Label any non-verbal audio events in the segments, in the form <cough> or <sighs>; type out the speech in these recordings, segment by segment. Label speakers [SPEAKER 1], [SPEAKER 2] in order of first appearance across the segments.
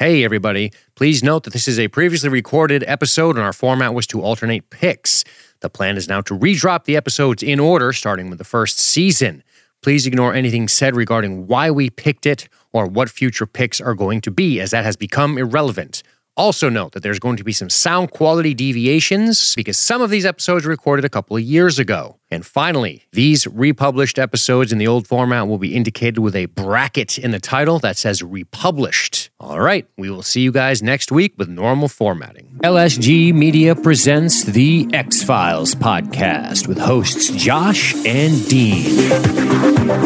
[SPEAKER 1] Hey, everybody. Please note that this is a previously recorded episode and our format was to alternate picks. The plan is now to redrop the episodes in order, starting with the first season. Please ignore anything said regarding why we picked it or what future picks are going to be, as that has become irrelevant. Also, note that there's going to be some sound quality deviations because some of these episodes were recorded a couple of years ago. And finally, these republished episodes in the old format will be indicated with a bracket in the title that says republished. All right, we will see you guys next week with normal formatting. LSG Media presents the X Files podcast with hosts Josh and Dean.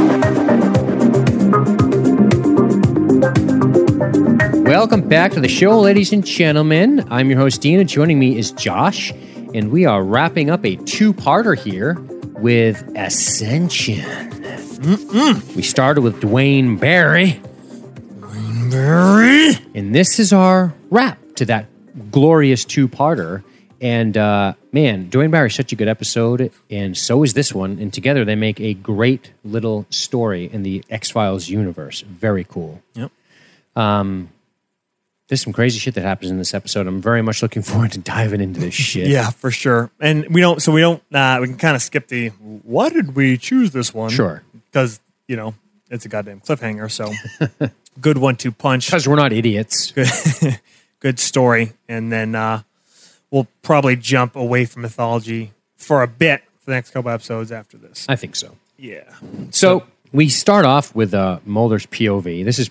[SPEAKER 1] Welcome back to the show, ladies and gentlemen. I'm your host, Dean, and joining me is Josh, and we are wrapping up a two parter here with Ascension. We started with Dwayne Barry, and this is our wrap to that glorious two parter. And uh, man, Dwayne Barry is such a good episode, and so is this one. And together they make a great little story in the X Files universe. Very cool Um, there's some crazy shit that happens in this episode. I'm very much looking forward to diving into this shit.
[SPEAKER 2] Yeah, for sure. And we don't, so we don't, uh, we can kind of skip the why did we choose this one?
[SPEAKER 1] Sure.
[SPEAKER 2] Because, you know, it's a goddamn cliffhanger. So <laughs> good one to punch,
[SPEAKER 1] Because we're not idiots.
[SPEAKER 2] good story. And then uh, we'll probably jump away from mythology for a bit for the next couple episodes after this.
[SPEAKER 1] I think so.
[SPEAKER 2] Yeah.
[SPEAKER 1] So we start off with uh, Mulder's POV. This is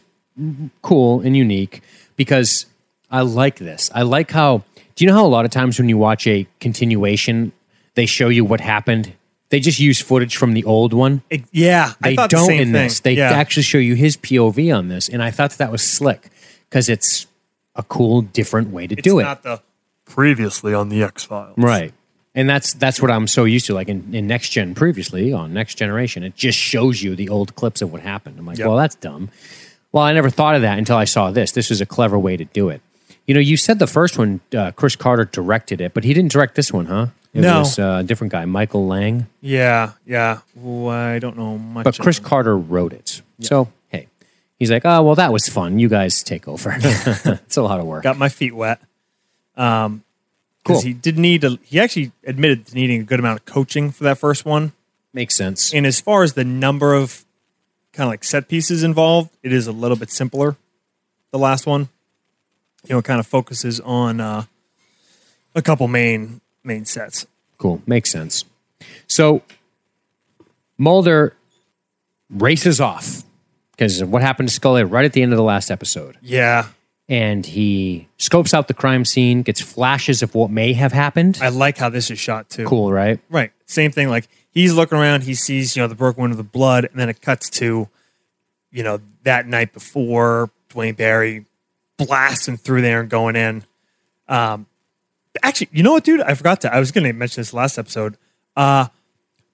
[SPEAKER 1] cool and unique because I like this. I like how. Do you know how a lot of times when you watch a continuation, they show you what happened? They just use footage from the old one.
[SPEAKER 2] It- yeah.
[SPEAKER 1] They
[SPEAKER 2] I thought
[SPEAKER 1] don't
[SPEAKER 2] the same
[SPEAKER 1] in
[SPEAKER 2] thing.
[SPEAKER 1] this. They
[SPEAKER 2] yeah.
[SPEAKER 1] actually show you his POV on this, and I thought that, that was slick because it's a cool, different way to
[SPEAKER 2] it's
[SPEAKER 1] do it.
[SPEAKER 2] not the previously on the X Files.
[SPEAKER 1] right and that's that's what i'm so used to like in, in next gen previously on next generation it just shows you the old clips of what happened i'm like well that's dumb well i never thought of that until i saw this this is a clever way to do it you know you said the first one uh, chris carter directed it but he didn't direct this one huh it
[SPEAKER 2] No.
[SPEAKER 1] was uh, a different guy michael lang
[SPEAKER 2] Yeah. Yeah. Well, I don't know much.
[SPEAKER 1] but Chris
[SPEAKER 2] on-
[SPEAKER 1] Carter wrote it. So, hey, he's like, oh, well, that was fun. You guys take over. <laughs> it's a lot of work.
[SPEAKER 2] got my feet wet. Um,
[SPEAKER 1] Cool.
[SPEAKER 2] He did need to. He actually admitted to needing a good amount of coaching for that first one.
[SPEAKER 1] Makes sense.
[SPEAKER 2] And as far as the number of kind of like set pieces involved, it is a little bit simpler. The last one, you know, kind of focuses on uh, a couple main main sets.
[SPEAKER 1] Cool. Makes sense. So Mulder races off because of what happened to Scully right at the end of the last episode.
[SPEAKER 2] Yeah,
[SPEAKER 1] And he scopes out the crime scene, gets flashes of what may have happened.
[SPEAKER 2] I like how this is shot too.
[SPEAKER 1] Cool, right?
[SPEAKER 2] Right. Same thing. Like he's looking around, he sees, you know, the broken window, the blood, and then it cuts to, you know, that night before Dwayne Barry blasting through there and going in. Um, actually, you know what, dude? I forgot to. I was going to mention this last episode. Uh,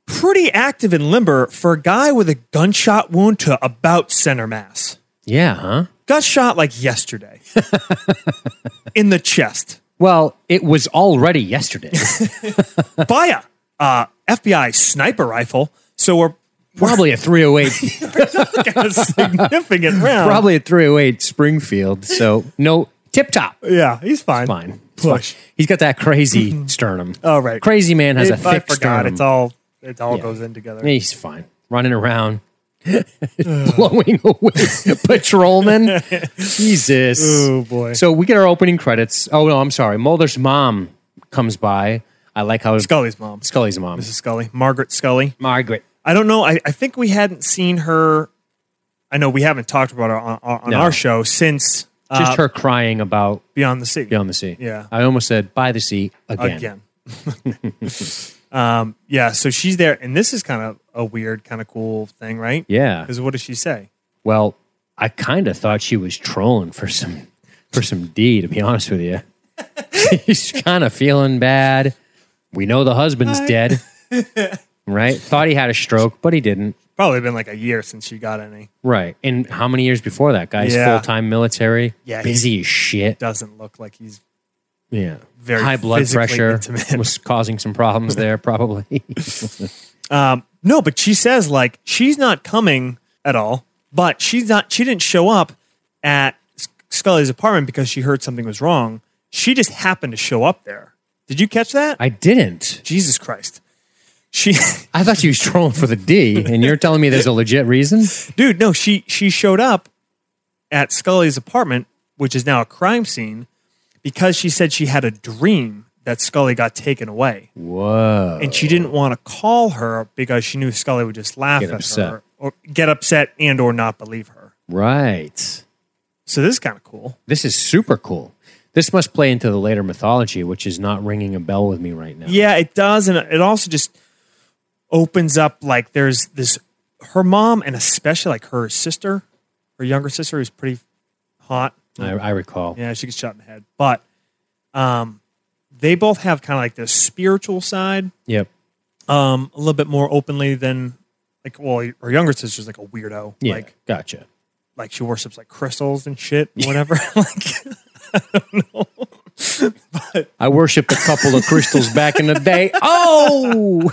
[SPEAKER 2] pretty active and limber for a guy with a gunshot wound to about center mass.
[SPEAKER 1] Yeah, huh?
[SPEAKER 2] Got shot like yesterday in the chest
[SPEAKER 1] Well, it was already
[SPEAKER 2] <laughs>
[SPEAKER 1] yesterday.
[SPEAKER 2] by a uh, FBI sniper rifle. So we're
[SPEAKER 1] probably oh a 308,
[SPEAKER 2] a significant
[SPEAKER 1] <laughs>
[SPEAKER 2] round.
[SPEAKER 1] probably a 308 Springfield. So, no, tip top.
[SPEAKER 2] Yeah, he's fine.
[SPEAKER 1] Fine. It's
[SPEAKER 2] Push.
[SPEAKER 1] fine. He's got that crazy sternum.
[SPEAKER 2] Oh, right.
[SPEAKER 1] Crazy man has a
[SPEAKER 2] If I
[SPEAKER 1] thick
[SPEAKER 2] forgot.
[SPEAKER 1] sternum.
[SPEAKER 2] It's all it all goes in together.
[SPEAKER 1] Eh, He's fine. Running
[SPEAKER 2] <laughs>
[SPEAKER 1] around, <laughs> blowing away
[SPEAKER 2] <laughs>
[SPEAKER 1] patrolmen. Jesus.
[SPEAKER 2] Oh, boy.
[SPEAKER 1] So we get our opening credits. Oh, no, I'm sorry. Mulder's mom comes by. I like how
[SPEAKER 2] Scully's mom,
[SPEAKER 1] Scully's mom.
[SPEAKER 2] Mrs. Scully, Margaret Scully.
[SPEAKER 1] Margaret.
[SPEAKER 2] I don't know. I, I think we hadn't seen her. I know we haven't talked about her on, on
[SPEAKER 1] No.
[SPEAKER 2] our show since uh,
[SPEAKER 1] Just her crying about
[SPEAKER 2] Beyond the Sea.
[SPEAKER 1] Beyond the Sea.
[SPEAKER 2] Yeah.
[SPEAKER 1] I almost said by the sea again.
[SPEAKER 2] Again.
[SPEAKER 1] <laughs>
[SPEAKER 2] um, yeah. So she's there, and this is kind of a weird, kind of cool thing, right?
[SPEAKER 1] Yeah.
[SPEAKER 2] Because what does she say?
[SPEAKER 1] Well, I kind of thought she was trolling for some for some D. To be honest with you, <laughs> she's kind of feeling bad. We know the husband's
[SPEAKER 2] <laughs>
[SPEAKER 1] dead, right? Thought he had a stroke, but he didn't.
[SPEAKER 2] Probably been like a year since she got any.
[SPEAKER 1] Right. And how many years before that? Guy's
[SPEAKER 2] Yeah.
[SPEAKER 1] full time military,
[SPEAKER 2] Yeah, he-
[SPEAKER 1] busy as shit.
[SPEAKER 2] Doesn't look like he's
[SPEAKER 1] Yeah,
[SPEAKER 2] very
[SPEAKER 1] high blood
[SPEAKER 2] physically
[SPEAKER 1] pressure
[SPEAKER 2] intimate.
[SPEAKER 1] was causing some problems
[SPEAKER 2] <laughs>
[SPEAKER 1] there, probably.
[SPEAKER 2] Um, no, but she says like she's not coming at all, but she's not. She didn't show up at S- Scully's apartment because she heard something was wrong. She just happened to show up there. Did you catch that?
[SPEAKER 1] I didn't.
[SPEAKER 2] Jesus Christ. She <laughs>
[SPEAKER 1] I thought you was trolling for the D, and you're telling me there's a legit
[SPEAKER 2] <laughs>
[SPEAKER 1] reason?
[SPEAKER 2] dude, no, she she showed up at Scully's apartment, which is now a crime scene, because she said she had a dream that Scully got taken away.
[SPEAKER 1] Whoa.
[SPEAKER 2] and she didn't want to call her because she knew Scully would just laugh
[SPEAKER 1] Get
[SPEAKER 2] at
[SPEAKER 1] upset.
[SPEAKER 2] her or get upset and or not believe her.
[SPEAKER 1] Right.
[SPEAKER 2] So this is kind of cool.
[SPEAKER 1] This is super cool. This must play into the later mythology, which is not ringing a bell with me right now.
[SPEAKER 2] Yeah, it does, and it also just opens up like there's this her mom and especially like her sister, her younger sister who's pretty hot.
[SPEAKER 1] I, I recall.
[SPEAKER 2] Yeah, she gets shot in the head, but um, they both have kind of like this spiritual side
[SPEAKER 1] Yep.
[SPEAKER 2] um, a little bit more openly than like well her younger sister's like a weirdo
[SPEAKER 1] Yeah.
[SPEAKER 2] like
[SPEAKER 1] gotcha.
[SPEAKER 2] like she worships like crystals and shit, whatever. <laughs> like,
[SPEAKER 1] I worshipped a couple of crystals back in the
[SPEAKER 2] <laughs>
[SPEAKER 1] day. Oh,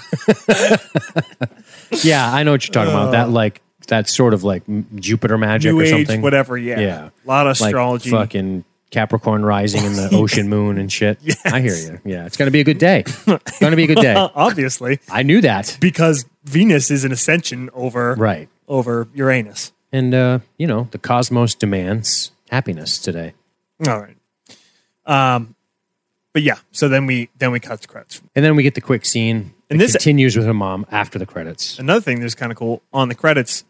[SPEAKER 1] <laughs> yeah, I know what you're talking about. That like that sort of like m- Jupiter magic
[SPEAKER 2] Uh. New
[SPEAKER 1] or
[SPEAKER 2] Age,
[SPEAKER 1] something.
[SPEAKER 2] whatever. Yeah,
[SPEAKER 1] Yeah.
[SPEAKER 2] a lot of
[SPEAKER 1] Like
[SPEAKER 2] astrology.
[SPEAKER 1] fucking Capricorn rising in
[SPEAKER 2] <laughs>
[SPEAKER 1] the ocean moon and shit. I hear you. Yeah, it's gonna be a good day. It's gonna be a good
[SPEAKER 2] <laughs>
[SPEAKER 1] day.
[SPEAKER 2] Uh, obviously,
[SPEAKER 1] I knew that.
[SPEAKER 2] because Venus is an ascension over
[SPEAKER 1] Right.
[SPEAKER 2] over Uranus.
[SPEAKER 1] And uh, you know, the cosmos demands happiness today.
[SPEAKER 2] All right. Um, but yeah, so then we then we cut the credits.
[SPEAKER 1] And then we get the quick scene.
[SPEAKER 2] And
[SPEAKER 1] It
[SPEAKER 2] this-
[SPEAKER 1] continues with her mom after the credits.
[SPEAKER 2] Another thing that's kind of cool on the credits,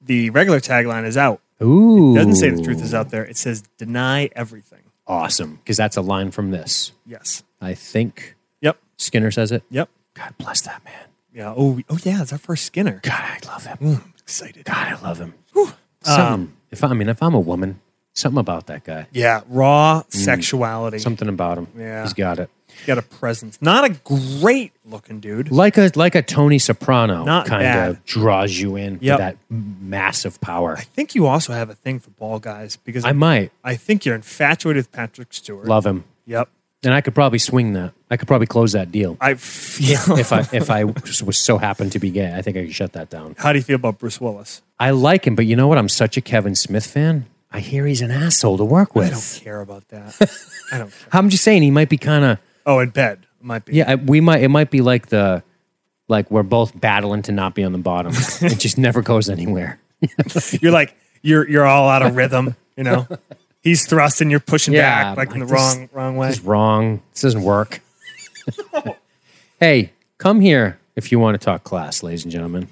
[SPEAKER 2] the regular tagline is out.
[SPEAKER 1] Ooh.
[SPEAKER 2] It doesn't say the truth is out there. It says deny everything.
[SPEAKER 1] awesome because that's a line from this.
[SPEAKER 2] Yes.
[SPEAKER 1] I think
[SPEAKER 2] Yep.
[SPEAKER 1] Skinner says it.
[SPEAKER 2] Yep.
[SPEAKER 1] God bless that man.
[SPEAKER 2] Yeah. Oh. Oh yeah. It's our first Skinner.
[SPEAKER 1] God, I love him.
[SPEAKER 2] Mm, I'm excited.
[SPEAKER 1] God, I love him. Something.
[SPEAKER 2] Um,
[SPEAKER 1] if I, I mean, if I'm a woman, something about that guy.
[SPEAKER 2] Yeah. Raw sexuality.
[SPEAKER 1] Something about him.
[SPEAKER 2] Yeah.
[SPEAKER 1] he's got it.
[SPEAKER 2] got a presence. Not a great looking dude.
[SPEAKER 1] Like a like a Tony Soprano
[SPEAKER 2] Not
[SPEAKER 1] kind
[SPEAKER 2] bad.
[SPEAKER 1] of draws you in
[SPEAKER 2] Yep.
[SPEAKER 1] for that massive power.
[SPEAKER 2] I think you also have a thing for ball guys because
[SPEAKER 1] I
[SPEAKER 2] i
[SPEAKER 1] might
[SPEAKER 2] think you're infatuated with Patrick Stewart.
[SPEAKER 1] love him,
[SPEAKER 2] Yep.
[SPEAKER 1] and I could probably swing that. I could probably close that deal
[SPEAKER 2] I feel.
[SPEAKER 1] if I if I <laughs> was so happened to be gay. I think I could shut that down.
[SPEAKER 2] <laughs> How do you feel about Bruce Willis?
[SPEAKER 1] I like him, but you know what? I'm such a Kevin Smith fan. I hear he's an asshole to work
[SPEAKER 2] I don't
[SPEAKER 1] with.
[SPEAKER 2] care about
[SPEAKER 1] <laughs>
[SPEAKER 2] that. I don't care.
[SPEAKER 1] I'm just saying he might be kind of
[SPEAKER 2] Oh, in bed might be.
[SPEAKER 1] yeah. I- We might it might be like the like we're both battling to not be on the bottom. it just never goes anywhere.
[SPEAKER 2] You're like you're you're all out of rhythm. You
[SPEAKER 1] <laughs>
[SPEAKER 2] know, he's thrusting, you're pushing
[SPEAKER 1] Yeah,
[SPEAKER 2] back like in the
[SPEAKER 1] like this-
[SPEAKER 2] wrong wrong way.
[SPEAKER 1] It's wrong. This doesn't work. hey, come here if you want to talk class, ladies and gentlemen.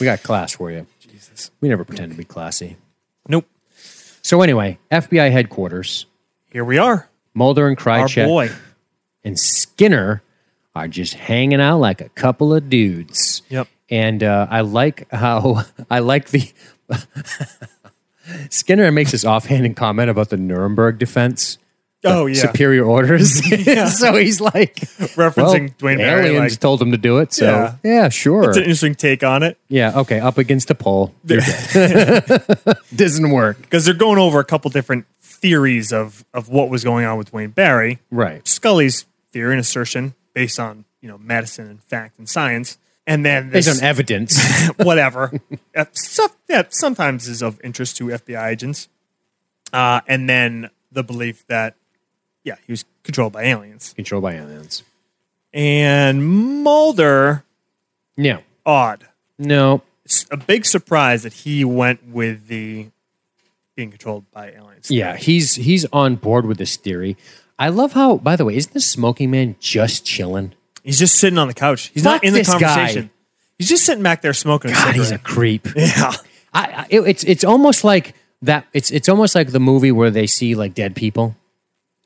[SPEAKER 1] We got class for you. Jesus, we never pretend to be classy.
[SPEAKER 2] Nope.
[SPEAKER 1] So anyway, FBI headquarters,
[SPEAKER 2] Here we are.
[SPEAKER 1] Mulder and
[SPEAKER 2] Our
[SPEAKER 1] Krychek.
[SPEAKER 2] boy.
[SPEAKER 1] and Skinner are just hanging out like a couple of dudes.
[SPEAKER 2] Yep.
[SPEAKER 1] And uh, I like how <laughs> I like the Skinner makes this offhanded comment about the Nuremberg defense.
[SPEAKER 2] Oh yeah.
[SPEAKER 1] Superior
[SPEAKER 2] <laughs>
[SPEAKER 1] orders. <laughs> so he's like
[SPEAKER 2] Referencing Dwayne Barry,
[SPEAKER 1] aliens
[SPEAKER 2] like-
[SPEAKER 1] told him to do it. So
[SPEAKER 2] Yeah.
[SPEAKER 1] yeah, sure.
[SPEAKER 2] It's an interesting take on it
[SPEAKER 1] yeah, okay. Up against a pole. You're good. <laughs> Doesn't work.
[SPEAKER 2] because they're going over a couple different theories of of what was going on with Wayne Barry.
[SPEAKER 1] Right.
[SPEAKER 2] Scully's theory and assertion based on you know medicine and fact and science, and then
[SPEAKER 1] Based
[SPEAKER 2] this
[SPEAKER 1] on evidence. <laughs>
[SPEAKER 2] <laughs> whatever uh, stuff that sometimes is of interest to FBI agents, uh, and then the belief that yeah he was controlled by aliens.
[SPEAKER 1] Controlled by aliens.
[SPEAKER 2] And Mulder,
[SPEAKER 1] No.
[SPEAKER 2] odd,
[SPEAKER 1] No.
[SPEAKER 2] it's a big surprise that he went with the being controlled by aliens.
[SPEAKER 1] Yeah, he's he's on board with this theory. I love how, by the way, isn't this smoking man just chilling?
[SPEAKER 2] He's just sitting on the couch. He's
[SPEAKER 1] Fuck
[SPEAKER 2] not in the
[SPEAKER 1] this guy.
[SPEAKER 2] conversation. He's just sitting back there smoking. a
[SPEAKER 1] God, he's a
[SPEAKER 2] cigarette.
[SPEAKER 1] creep.
[SPEAKER 2] <laughs> yeah.
[SPEAKER 1] I, I, it- it's it's almost like that. It's it's almost like the movie where they see like dead people.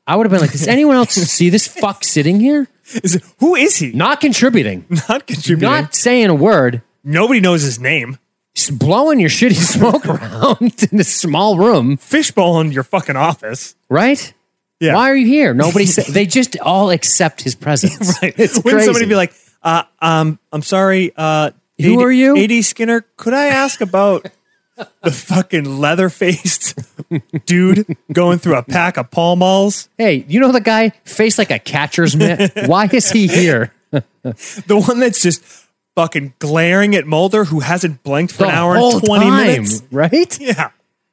[SPEAKER 1] I would have been like, does anyone
[SPEAKER 2] <laughs>
[SPEAKER 1] else see this fuck sitting here,
[SPEAKER 2] Is it, who is he?
[SPEAKER 1] not contributing,
[SPEAKER 2] Not contributing.
[SPEAKER 1] not saying a word,
[SPEAKER 2] Nobody knows his name.
[SPEAKER 1] just blowing your shitty <laughs> smoke around <laughs> in this small room,
[SPEAKER 2] Fishbowl in your fucking office. <laughs>
[SPEAKER 1] right?
[SPEAKER 2] Yeah.
[SPEAKER 1] Why are you here? Nobody. Sa- they just all accept his presence.
[SPEAKER 2] <laughs> Right.
[SPEAKER 1] It's
[SPEAKER 2] Wouldn't somebody
[SPEAKER 1] crazy.
[SPEAKER 2] be like, uh, um, I'm sorry, uh,
[SPEAKER 1] Who
[SPEAKER 2] AD
[SPEAKER 1] are you?
[SPEAKER 2] AD Skinner, could I ask about <laughs> the fucking leather faced <laughs> dude going through a pack of Pall Malls?
[SPEAKER 1] Hey, you know the guy face like a catcher's mitt? Why is he here?
[SPEAKER 2] The one that's just fucking glaring at Mulder who hasn't blinked for
[SPEAKER 1] The
[SPEAKER 2] an hour and 20 minutes?
[SPEAKER 1] right?
[SPEAKER 2] Yeah.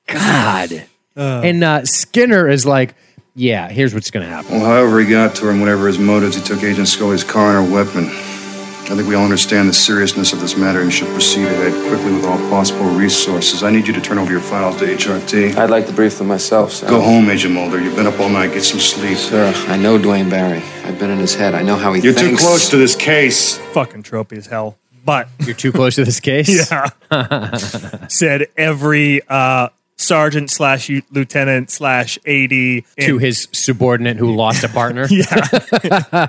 [SPEAKER 1] God. and uh, Skinner is like, yeah, here's what's going to happen.
[SPEAKER 3] Well, however he got to her and whatever his motives, he took Agent Scully's car and her weapon. I think we all understand the seriousness of this matter and should proceed ahead quickly with all possible resources. I need you to turn over your files to HRT.
[SPEAKER 4] I'd like to brief them myself, sir.
[SPEAKER 3] Go home, Agent Mulder. You've been up all night. Get some sleep.
[SPEAKER 4] Sir, I know Dwayne Barry. I've been in his head. I know how he
[SPEAKER 3] You're
[SPEAKER 4] thinks.
[SPEAKER 3] too close to this case.
[SPEAKER 2] Fucking tropey as hell. But
[SPEAKER 1] You're too close to this case.
[SPEAKER 2] yeah, said every uh, sergeant slash lieutenant slash AD.
[SPEAKER 1] To
[SPEAKER 2] in-
[SPEAKER 1] his subordinate who lost a partner. yeah. <laughs>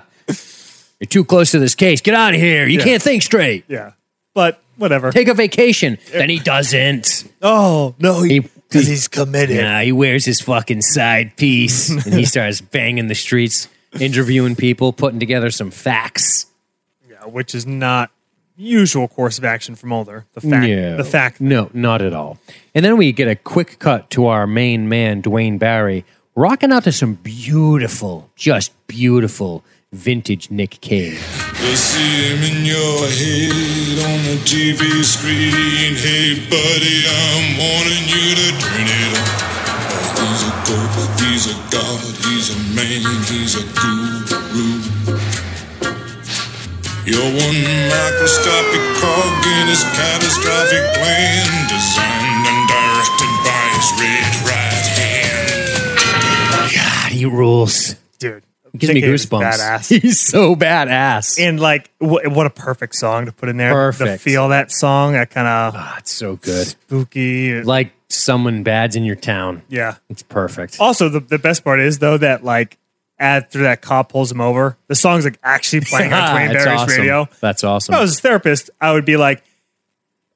[SPEAKER 1] You're too close to this case. Get out of here. You can't think straight.
[SPEAKER 2] yeah, but whatever.
[SPEAKER 1] Take a vacation. Then he doesn't.
[SPEAKER 2] oh no, he
[SPEAKER 1] He-
[SPEAKER 2] because he's committed.
[SPEAKER 1] Nah, he wears his fucking side piece and he starts banging the streets, interviewing people, putting together some facts.
[SPEAKER 2] Yeah, which is not usual course of action from Mulder. The fact, the fact.
[SPEAKER 1] No, not at all. And then we get a quick cut to our main man, Dwayne Barry, rocking out to some beautiful, just beautiful vintage Nick Cave.
[SPEAKER 5] You see him in your head on the TV screen. Hey, buddy, I'm warning you to turn it off. Oh, he's a god, he's a god, he's a man, he's a guru. You're one microscopic cog in his catastrophic plan, designed and directed by his red right hand.
[SPEAKER 1] God, he rules.
[SPEAKER 2] dude.
[SPEAKER 1] Gives me
[SPEAKER 2] JK was
[SPEAKER 1] goosebumps.
[SPEAKER 2] Badass.
[SPEAKER 1] <laughs>
[SPEAKER 2] <laughs>
[SPEAKER 1] He's so badass.
[SPEAKER 2] And like, wh- what a perfect song to put in there. The
[SPEAKER 1] Perfect.
[SPEAKER 2] feel of that song, that kind of
[SPEAKER 1] Ah, it's so good.
[SPEAKER 2] spooky.
[SPEAKER 1] Like someone bad's in your town.
[SPEAKER 2] yeah. Oh,
[SPEAKER 1] It's perfect.
[SPEAKER 2] Also, the, the best part is though that like after that cop pulls him over, the song's like actually playing
[SPEAKER 1] <laughs>
[SPEAKER 2] on Twain
[SPEAKER 1] That's
[SPEAKER 2] Barry's
[SPEAKER 1] Ah, awesome.
[SPEAKER 2] radio.
[SPEAKER 1] That's awesome.
[SPEAKER 2] If I was a therapist, I would be like,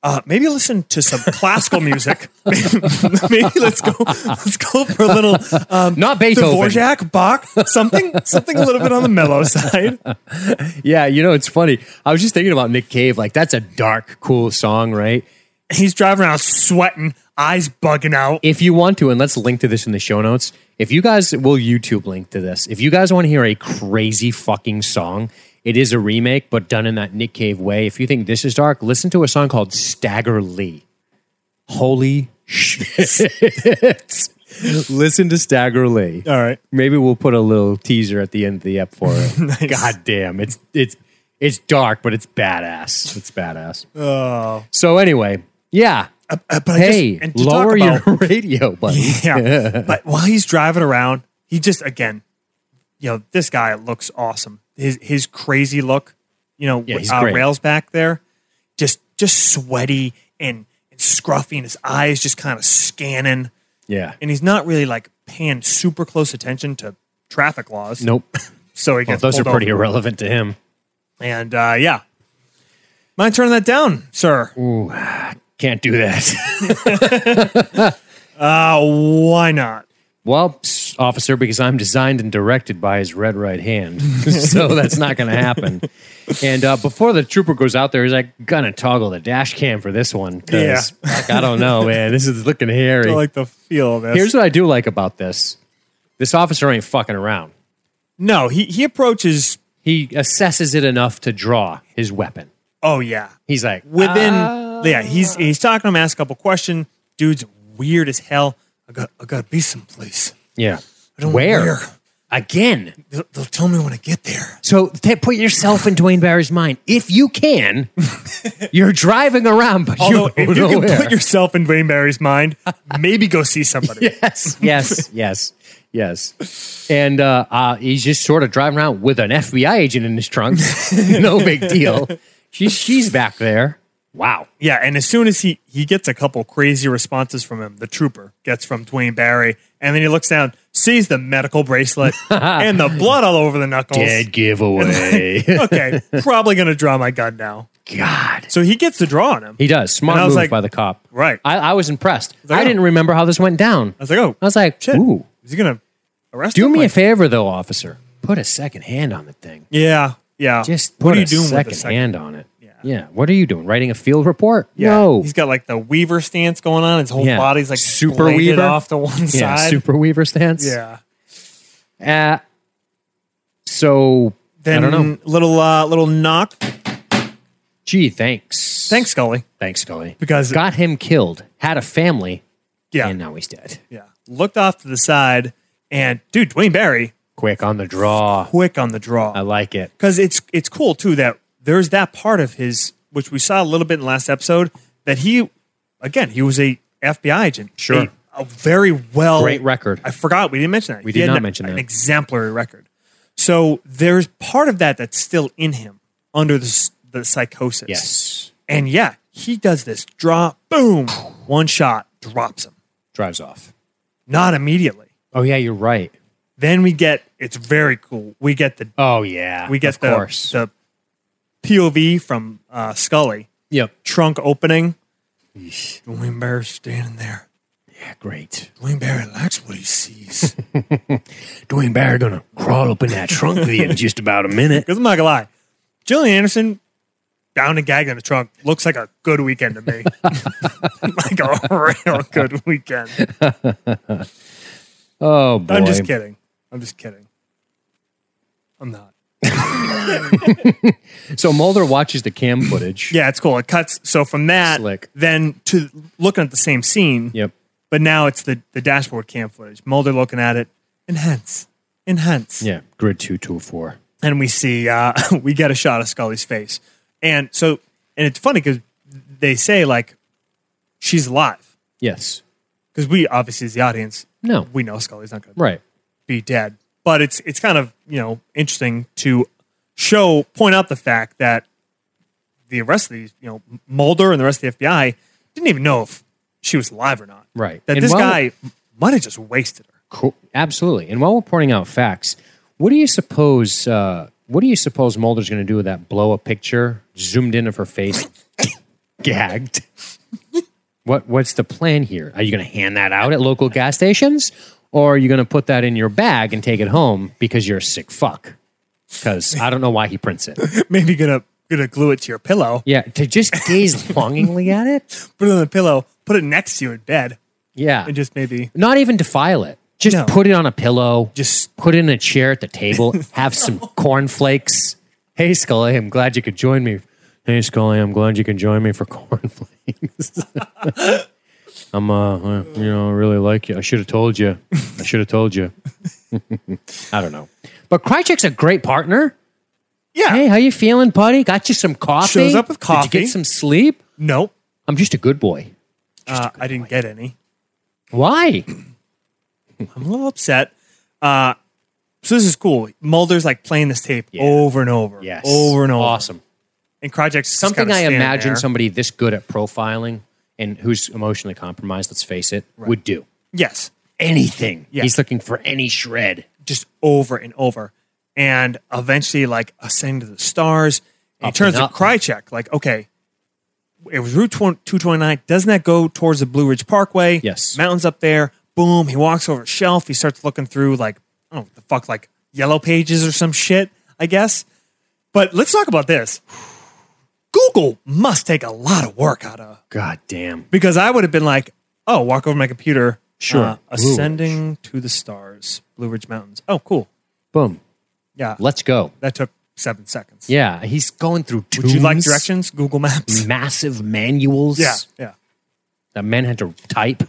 [SPEAKER 2] uh, maybe listen to some classical music. <laughs> maybe let's go let's go for a little um
[SPEAKER 1] Not Beethoven.
[SPEAKER 2] Dvorak, Bach, something something a little bit on the mellow side.
[SPEAKER 1] Yeah, you know, it's funny. I was just thinking about Nick Cave. Like, that's a dark, cool song, right?
[SPEAKER 2] He's driving around sweating, eyes bugging out.
[SPEAKER 1] If you want to, and let's link to this in the show notes. If you guys will YouTube link to this, if you guys want to hear a crazy fucking song, it is a remake, but done in that Nick Cave way. If you think this is dark, listen to a song called Stagger Lee. Holy shit. <laughs> listen to Stagger Lee.
[SPEAKER 2] All right.
[SPEAKER 1] Maybe we'll put a little teaser at the end of the ep for
[SPEAKER 2] <laughs>
[SPEAKER 1] it. God damn, it's it's it's dark, but it's badass. It's badass. Oh. So anyway, yeah.
[SPEAKER 2] Uh, but
[SPEAKER 1] hey,
[SPEAKER 2] I just, and to talk
[SPEAKER 1] lower
[SPEAKER 2] about,
[SPEAKER 1] your <laughs> radio button.
[SPEAKER 2] <laughs>
[SPEAKER 1] <laughs>
[SPEAKER 2] yeah. but while he's driving around, he just again, you know, this guy looks awesome. His his crazy look, you know,
[SPEAKER 1] Yeah, he's
[SPEAKER 2] uh,
[SPEAKER 1] great.
[SPEAKER 2] rails back there, just just sweaty and, and scruffy, and his eyes just kind of scanning,
[SPEAKER 1] Yeah.
[SPEAKER 2] and he's not really like paying super close attention to traffic laws. <laughs>
[SPEAKER 1] Nope.
[SPEAKER 2] So he
[SPEAKER 1] Well,
[SPEAKER 2] gets
[SPEAKER 1] those are
[SPEAKER 2] pulled
[SPEAKER 1] pretty
[SPEAKER 2] over.
[SPEAKER 1] irrelevant to him.
[SPEAKER 2] And uh, yeah, mind turning that down, sir?
[SPEAKER 1] Can't do that. <laughs>
[SPEAKER 2] Uh, why not?
[SPEAKER 1] well, s- officer, because I'm designed and directed by his red right hand. <laughs> so that's not going to happen. And uh, before the trooper goes out there, he's like, gonna toggle the dash cam for this one. Because, like, I don't know, man. This is looking hairy.
[SPEAKER 2] I like the feel of this.
[SPEAKER 1] Here's what I do like about this this officer ain't fucking around.
[SPEAKER 2] no, he he approaches.
[SPEAKER 1] He assesses it enough to draw his weapon.
[SPEAKER 2] Oh yeah,
[SPEAKER 1] He's like,
[SPEAKER 2] within yeah he's he's talking to him ask a couple questions dude's weird as hell i got i gotta be someplace
[SPEAKER 1] yeah.
[SPEAKER 2] don't know
[SPEAKER 1] Where?
[SPEAKER 2] where.
[SPEAKER 1] Again.
[SPEAKER 2] they'll, they'll tell me when i get there
[SPEAKER 1] So t- put yourself in Dwayne Barry's mind. If you
[SPEAKER 2] <laughs>
[SPEAKER 1] can, you're driving around, but
[SPEAKER 2] although
[SPEAKER 1] you
[SPEAKER 2] if
[SPEAKER 1] don't
[SPEAKER 2] you
[SPEAKER 1] know
[SPEAKER 2] can
[SPEAKER 1] where.
[SPEAKER 2] put yourself in Dwayne Barry's mind maybe go see somebody
[SPEAKER 1] <laughs> yes, yes, yes, yes. And uh, uh, he's just sort of driving around with an FBI agent in his trunk. <laughs> no big deal. She's she's back there. Wow.
[SPEAKER 2] yeah and as soon as he he gets a couple crazy responses from him the trooper gets from Dwayne Barry and then he looks down sees the
[SPEAKER 1] <laughs>
[SPEAKER 2] medical bracelet and the blood all over the knuckles
[SPEAKER 1] Dead giveaway.
[SPEAKER 2] okay probably gonna draw my gun now
[SPEAKER 1] <laughs> God.
[SPEAKER 2] so he gets the draw on him
[SPEAKER 1] He does. Smart
[SPEAKER 2] And I was
[SPEAKER 1] move
[SPEAKER 2] like-
[SPEAKER 1] by the cop.
[SPEAKER 2] right I,
[SPEAKER 1] I, I was impressed.
[SPEAKER 2] like,
[SPEAKER 1] I
[SPEAKER 2] oh.
[SPEAKER 1] didn't remember how this went down. I
[SPEAKER 2] was like oh
[SPEAKER 1] was like,
[SPEAKER 2] shit
[SPEAKER 1] ooh.
[SPEAKER 2] is he gonna arrest
[SPEAKER 1] Do
[SPEAKER 2] him?
[SPEAKER 1] me
[SPEAKER 2] Like-
[SPEAKER 1] a favor, though, officer. Put a second hand on the thing.
[SPEAKER 2] Yeah, yeah.
[SPEAKER 1] Just put
[SPEAKER 2] what are you
[SPEAKER 1] a
[SPEAKER 2] doing
[SPEAKER 1] second,
[SPEAKER 2] with the second?
[SPEAKER 1] hand on it. Yeah. What are you doing? Writing a field report?
[SPEAKER 2] Yeah.
[SPEAKER 1] No.
[SPEAKER 2] he's got like the Weaver stance going on. His whole
[SPEAKER 1] Yeah.
[SPEAKER 2] body's like
[SPEAKER 1] Super
[SPEAKER 2] super
[SPEAKER 1] Weaver?
[SPEAKER 2] Weaver off to one
[SPEAKER 1] yeah,
[SPEAKER 2] side.
[SPEAKER 1] super weaver stance.
[SPEAKER 2] yeah.
[SPEAKER 1] Uh, so
[SPEAKER 2] Then
[SPEAKER 1] I don't know.
[SPEAKER 2] little uh, little knock.
[SPEAKER 1] Gee, thanks.
[SPEAKER 2] Thanks, Scully.
[SPEAKER 1] Thanks, Scully.
[SPEAKER 2] Because-
[SPEAKER 1] got him killed, had a family,
[SPEAKER 2] Yeah,
[SPEAKER 1] and now he's dead.
[SPEAKER 2] yeah. looked off to the side, and dude, Dwayne Barry,
[SPEAKER 1] Quick on the draw.
[SPEAKER 2] quick on the draw.
[SPEAKER 1] I like it.
[SPEAKER 2] because it's it's cool too that there's that part of his which we saw a little bit in last episode that he again he was a FBI agent,
[SPEAKER 1] Sure.
[SPEAKER 2] a, a very well
[SPEAKER 1] Great record.
[SPEAKER 2] I forgot we didn't mention that.
[SPEAKER 1] We
[SPEAKER 2] He
[SPEAKER 1] did
[SPEAKER 2] had
[SPEAKER 1] not
[SPEAKER 2] an-
[SPEAKER 1] mention
[SPEAKER 2] an
[SPEAKER 1] that.
[SPEAKER 2] exemplary record. So there's part of that that's still in him under the s- the psychosis.
[SPEAKER 1] Yes.
[SPEAKER 2] and yeah, he does this drop, boom, one shot drops him,
[SPEAKER 1] Drives off.
[SPEAKER 2] not immediately.
[SPEAKER 1] Oh yeah, you're right.
[SPEAKER 2] Then we get it's very cool. We get the
[SPEAKER 1] Oh yeah.
[SPEAKER 2] we get
[SPEAKER 1] of
[SPEAKER 2] the,
[SPEAKER 1] course.
[SPEAKER 2] the POV from uh, Scully
[SPEAKER 1] yep.
[SPEAKER 2] trunk opening. Dwayne Barry's standing there.
[SPEAKER 1] Yeah, great.
[SPEAKER 2] Dwayne Barry likes what he <laughs> sees.
[SPEAKER 1] Dwayne Barry gonna crawl up in that trunk with you in just about a minute.
[SPEAKER 2] Because I'm not gonna lie, Jillian Anderson down and gagged in the trunk looks like a good weekend
[SPEAKER 1] <laughs>
[SPEAKER 2] to me. <laughs> like a real good weekend.
[SPEAKER 1] Oh boy.
[SPEAKER 2] I'm just kidding. I'm just kidding. I'm not.
[SPEAKER 1] So Mulder watches the cam footage.
[SPEAKER 2] Yeah, it's cool. It cuts so from that
[SPEAKER 1] Slick.
[SPEAKER 2] then to looking at the same scene.
[SPEAKER 1] Yep.
[SPEAKER 2] But now it's the, the dashboard cam footage. Mulder looking at it. Enhance. Enhance.
[SPEAKER 1] Yeah. Grid two two four.
[SPEAKER 2] And we see, uh, <laughs> we get a shot of Scully's face. And so, and it's funny because they say, like, she's alive.
[SPEAKER 1] Yes.
[SPEAKER 2] Because we, obviously, as the audience,
[SPEAKER 1] No.
[SPEAKER 2] we know Scully's not going to
[SPEAKER 1] Right.
[SPEAKER 2] be dead. But it's, it's kind of, you know, interesting to show, point out the fact that the rest of these, you know, Mulder and the rest of the FBI didn't even know if she was alive or not.
[SPEAKER 1] Right.
[SPEAKER 2] That
[SPEAKER 1] And
[SPEAKER 2] this
[SPEAKER 1] while-
[SPEAKER 2] guy might have just wasted her.
[SPEAKER 1] Cool. Absolutely. And while we're pointing out facts, what do you suppose? Uh, what do you suppose Mulder's going to do with that blow a picture zoomed in of her face, <coughs> gagged? What What's the plan here? Are you going to hand that out at local gas stations, or are you going to put that in your bag and take it home because you're a sick fuck? Because I don't know why he prints <laughs> it.
[SPEAKER 2] maybe gonna gonna glue it to your pillow,
[SPEAKER 1] Yeah, to just gaze longingly at it.
[SPEAKER 2] put it on the pillow, put it next to you in bed,
[SPEAKER 1] Yeah,
[SPEAKER 2] and just maybe
[SPEAKER 1] not even defile it. Just
[SPEAKER 2] No.
[SPEAKER 1] put it on a pillow.
[SPEAKER 2] just
[SPEAKER 1] put in a chair at the table, <laughs> have some cornflakes. Hey, Scully, I'm glad you could join me. Hey, Scully, I'm glad you could join me for <laughs> cornflakes. <laughs> I'm, uh, uh, you know, I really like you. I should have told you. I should have told you. <laughs> I don't know. But Krychek's a great partner.
[SPEAKER 2] yeah.
[SPEAKER 1] Hey, how you feeling, buddy? Got you some coffee?
[SPEAKER 2] Shows up with
[SPEAKER 1] Did you
[SPEAKER 2] coffee.
[SPEAKER 1] get some sleep?
[SPEAKER 2] Nope,
[SPEAKER 1] I'm just a good boy.
[SPEAKER 2] uh, I didn't get any.
[SPEAKER 1] Why?
[SPEAKER 2] I'm a little upset. Uh, so this is cool. Mulder's like playing this tape over and over,
[SPEAKER 1] Yes.
[SPEAKER 2] over and over.
[SPEAKER 1] Awesome.
[SPEAKER 2] And Project's
[SPEAKER 1] something I imagine
[SPEAKER 2] Some
[SPEAKER 1] somebody this good at profiling and who's emotionally compromised, let's face it, would do.
[SPEAKER 2] yes,
[SPEAKER 1] Anything.
[SPEAKER 2] Yeah.
[SPEAKER 1] He's looking for any shred.
[SPEAKER 2] just over and over, and eventually like ascend to the stars. And
[SPEAKER 1] Up
[SPEAKER 2] he turns
[SPEAKER 1] and
[SPEAKER 2] to
[SPEAKER 1] up.
[SPEAKER 2] Krychek like, okay, it was Route 20 229. Doesn't that go towards the Blue Ridge Parkway?
[SPEAKER 1] Yes.
[SPEAKER 2] Mountains up there. Boom. He walks over a shelf. He starts looking through like, I don't know what the fuck, like yellow pages or some shit, I guess. But let's talk about this. Google must take a lot of work out of
[SPEAKER 1] God damn.
[SPEAKER 2] because I would have been like, oh, walk over my computer. uh,
[SPEAKER 1] Sure. Blue Ridge.
[SPEAKER 2] ascending to the stars, Blue Ridge Mountains. Oh, cool.
[SPEAKER 1] Boom.
[SPEAKER 2] Yeah.
[SPEAKER 1] Let's go.
[SPEAKER 2] that took seven seconds.
[SPEAKER 1] Yeah. He's going through tombs,
[SPEAKER 2] Would you like directions? Google Maps.
[SPEAKER 1] massive manuals
[SPEAKER 2] <laughs> Yeah. Yeah.
[SPEAKER 1] that men had to type.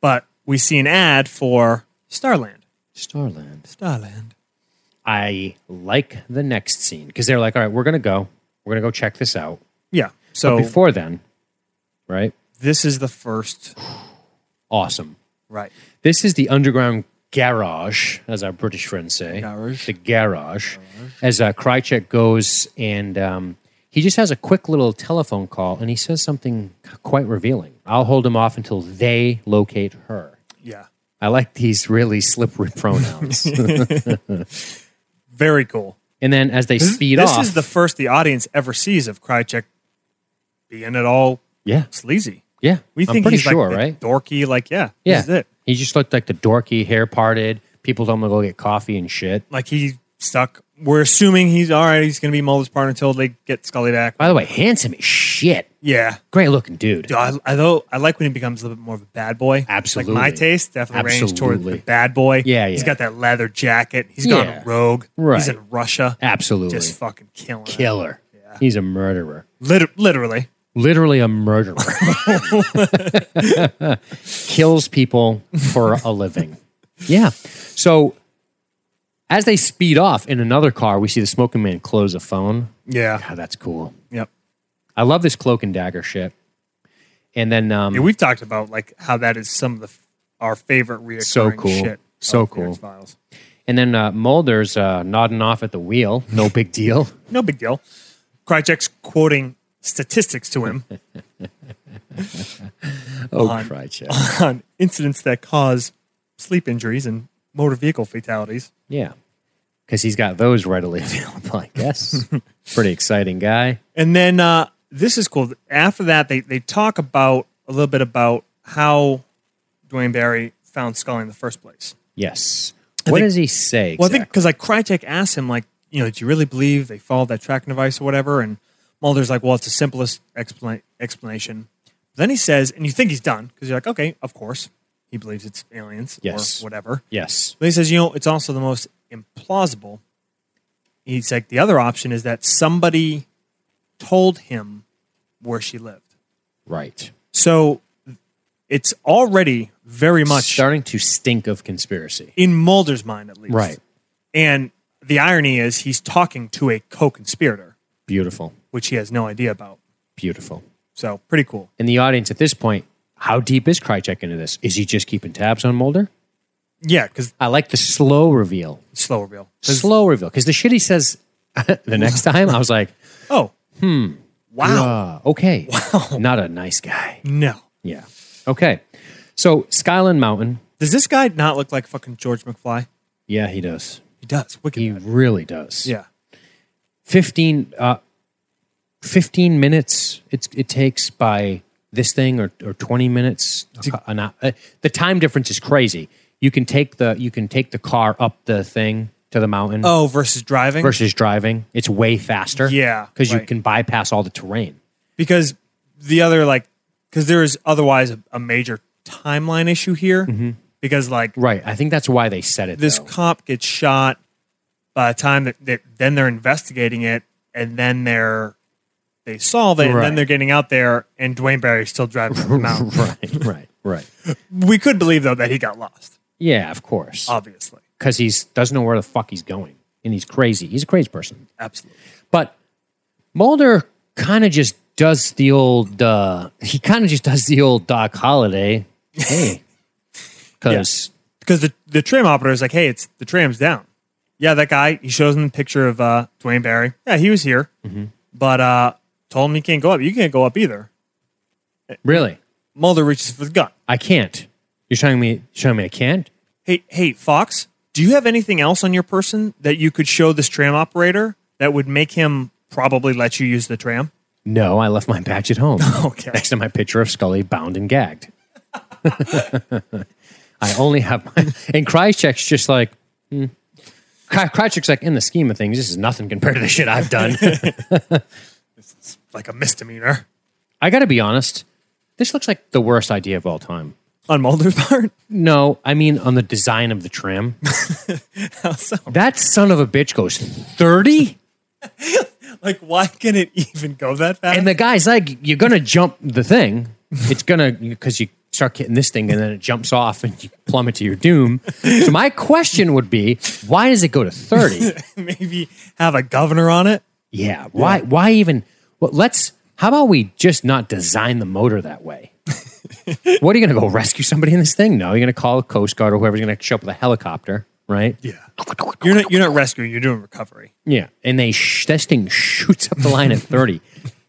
[SPEAKER 2] But we see an ad for Starland.
[SPEAKER 1] Starland.
[SPEAKER 2] Starland.
[SPEAKER 1] I like the next scene because they're like, all right, we're going to go. We're going to go check this out.
[SPEAKER 2] Yeah. So
[SPEAKER 1] Before then, right?
[SPEAKER 2] this is the first.
[SPEAKER 1] Awesome.
[SPEAKER 2] Right.
[SPEAKER 1] This is the underground garage, as our British friends say.
[SPEAKER 2] Garage.
[SPEAKER 1] The garage. As uh, Krychek goes and um, he just has a quick little telephone call and he says something quite revealing. I'll hold him off until they locate her.
[SPEAKER 2] Yeah.
[SPEAKER 1] I like these really slippery <laughs>
[SPEAKER 2] <laughs>
[SPEAKER 1] pronouns.
[SPEAKER 2] Very cool.
[SPEAKER 1] and then as they speed
[SPEAKER 2] this
[SPEAKER 1] off,
[SPEAKER 2] is the first the audience ever sees of Krychek being at all
[SPEAKER 1] yeah,
[SPEAKER 2] sleazy.
[SPEAKER 1] yeah.
[SPEAKER 2] We
[SPEAKER 1] I'm
[SPEAKER 2] think
[SPEAKER 1] pretty
[SPEAKER 2] he's
[SPEAKER 1] sure,
[SPEAKER 2] like the
[SPEAKER 1] right?
[SPEAKER 2] dorky, like, yeah,
[SPEAKER 1] yeah,
[SPEAKER 2] this is it.
[SPEAKER 1] he just looked like the dorky, hair parted. People told him to go get coffee and shit.
[SPEAKER 2] Like he stuck. We're assuming he's all right. He's going to be Mulder's partner until they get Scully back.
[SPEAKER 1] By the way, handsome as shit.
[SPEAKER 2] Yeah.
[SPEAKER 1] Great looking dude.
[SPEAKER 2] Dude, I, I, though, I like when he becomes a little bit more of a bad boy.
[SPEAKER 1] Absolutely.
[SPEAKER 2] Like my taste definitely ranges toward the
[SPEAKER 1] Absolutely.
[SPEAKER 2] bad boy.
[SPEAKER 1] Yeah, yeah.
[SPEAKER 2] He's got that leather jacket. He's
[SPEAKER 1] Yeah.
[SPEAKER 2] gone rogue.
[SPEAKER 1] Right.
[SPEAKER 2] He's in Russia.
[SPEAKER 1] Absolutely.
[SPEAKER 2] Just fucking killing it.
[SPEAKER 1] killer. He's a murderer.
[SPEAKER 2] Liter- literally.
[SPEAKER 1] literally a murderer, <laughs> kills people for a living. Yeah. So as they speed off in another car, we see the smoking man close a phone.
[SPEAKER 2] Yeah.
[SPEAKER 1] God, that's cool.
[SPEAKER 2] Yep.
[SPEAKER 1] I love this cloak and dagger shit. And then um,
[SPEAKER 2] Yeah, we've talked about like how that is some of the f- our favorite reoccurring
[SPEAKER 1] So cool.
[SPEAKER 2] shit.
[SPEAKER 1] So
[SPEAKER 2] of the
[SPEAKER 1] cool.
[SPEAKER 2] X-Files.
[SPEAKER 1] and then uh, Mulder's uh, nodding off at the wheel. No big deal.
[SPEAKER 2] No big deal. Krycek's quoting statistics
[SPEAKER 1] <laughs>
[SPEAKER 2] to him
[SPEAKER 1] <laughs> Oh,
[SPEAKER 2] On-
[SPEAKER 1] Krychek.
[SPEAKER 2] on incidents that cause sleep injuries and motor vehicle fatalities.
[SPEAKER 1] Yeah. Because he's got those readily <laughs> available, I <laughs> guess. Pretty exciting guy.
[SPEAKER 2] And then uh, this is cool. After that, they, they talk about a little bit about how Dwayne Barry found Scully in the first place.
[SPEAKER 1] Yes. what does he say?
[SPEAKER 2] Well, I think
[SPEAKER 1] exactly?
[SPEAKER 2] because like Krytek asked him, like, you know, do you really believe they followed that tracking device or whatever? And Mulder's like, well, it's the simplest expla- explanation. Then he says, and you think he's done because you're like, okay, of course, he believes it's aliens
[SPEAKER 1] Yes.
[SPEAKER 2] or whatever.
[SPEAKER 1] yes.
[SPEAKER 2] But he says, you know, it's also the most implausible. He's like, the other option is that somebody told him where she lived.
[SPEAKER 1] Right.
[SPEAKER 2] So it's already very much
[SPEAKER 1] Starting to stink of conspiracy.
[SPEAKER 2] in Mulder's mind, at least.
[SPEAKER 1] Right.
[SPEAKER 2] And the irony is he's talking to a co conspirator,
[SPEAKER 1] Beautiful.
[SPEAKER 2] which he has no idea about.
[SPEAKER 1] Beautiful.
[SPEAKER 2] So pretty cool.
[SPEAKER 1] And the audience at this point, how deep is Krychek into this? Is he just keeping tabs on Mulder?
[SPEAKER 2] Yeah, because
[SPEAKER 1] I like the slow reveal.
[SPEAKER 2] slow reveal. 'Cause-
[SPEAKER 1] Slow reveal. Because the shit he says <laughs> the next time, I was like,
[SPEAKER 2] Oh. Hmm. Wow.
[SPEAKER 1] ah, okay.
[SPEAKER 2] <laughs>
[SPEAKER 1] Not a nice guy.
[SPEAKER 2] No.
[SPEAKER 1] Yeah. Okay. So, Skyland Mountain.
[SPEAKER 2] Does this guy not look like fucking George McFly?
[SPEAKER 1] Yeah, he does.
[SPEAKER 2] He does. Wicked.
[SPEAKER 1] He
[SPEAKER 2] bad.
[SPEAKER 1] really does.
[SPEAKER 2] Yeah.
[SPEAKER 1] 15, uh, 15 minutes it's, it takes by this thing or, or 20 minutes an hour. Uh, the time difference is crazy you can take the you can take the car up the thing to the mountain
[SPEAKER 2] Oh, versus driving?
[SPEAKER 1] versus driving it's way faster
[SPEAKER 2] Yeah,
[SPEAKER 1] because you
[SPEAKER 2] right.
[SPEAKER 1] can bypass all the terrain
[SPEAKER 2] because the other like because there is otherwise a, a major timeline issue here
[SPEAKER 1] Mm-hmm.
[SPEAKER 2] because like
[SPEAKER 1] right i think that's why they said it
[SPEAKER 2] this
[SPEAKER 1] though.
[SPEAKER 2] cop gets shot by the time that, that then they're investigating it and then they're they solve it and
[SPEAKER 1] Right.
[SPEAKER 2] then they're getting out there and Dwayne Barry's still driving the mountain.
[SPEAKER 1] <laughs> right right right
[SPEAKER 2] We could believe though that he got lost,
[SPEAKER 1] yeah of
[SPEAKER 2] Uh.
[SPEAKER 1] course
[SPEAKER 2] obviously.
[SPEAKER 1] because he's doesn't know where the fuck he's going and he's crazy he's a crazy person
[SPEAKER 2] Absolutely.
[SPEAKER 1] But Mulder kind of just does the old. Uh, he kind of just does the old Doc Holiday. Hey, because
[SPEAKER 2] Because the, the tram operator is like, hey, it's the tram's down. Yeah, that guy, he shows him the picture of uh, Dwayne Barry. Yeah, he was here.
[SPEAKER 1] Mm-hmm.
[SPEAKER 2] But uh told him he can't go up. You can't go up either.
[SPEAKER 1] really,
[SPEAKER 2] Mulder reaches for the gun.
[SPEAKER 1] I can't. You're telling me, showing me I can't.
[SPEAKER 2] Hey, hey, Fox, do you have anything else on your person that you could show this tram operator that would make him probably let you use the tram? <laughs>
[SPEAKER 1] No, I left my badge at home.
[SPEAKER 2] Okay.
[SPEAKER 1] Next to my picture of Scully bound and gagged. <laughs> I only have my. And Krychek's just like. hmm. Kry- Krychek's like, in the scheme of things, this is nothing compared to the shit I've done.
[SPEAKER 2] Like a misdemeanor.
[SPEAKER 1] I got to be honest. This looks like the worst idea of all time.
[SPEAKER 2] On Mulder's <laughs> part?
[SPEAKER 1] No, I mean on the design of the
[SPEAKER 2] <laughs>
[SPEAKER 1] trim.
[SPEAKER 2] so?
[SPEAKER 1] That son of a bitch goes 30?
[SPEAKER 2] Like, why can it even go that fast?
[SPEAKER 1] And the guy's like, you're going to jump the thing. It's going to, because you start hitting this thing and then it jumps off and you plummet to your doom. So my question would be, why does it go to
[SPEAKER 2] <laughs>
[SPEAKER 1] 30?
[SPEAKER 2] <laughs> Maybe have a governor on it?
[SPEAKER 1] Yeah. Why, why even? Well, let's, how about we just not design the motor that
[SPEAKER 2] <laughs>
[SPEAKER 1] way? what are you going to go rescue somebody in this thing? No, you're going to call a Coast Guard or whoever's going to show up with a helicopter, right?
[SPEAKER 2] Yeah. You're not you're not rescuing, you're doing recovery.
[SPEAKER 1] Yeah, and they sh- this thing shoots up the line at thirty.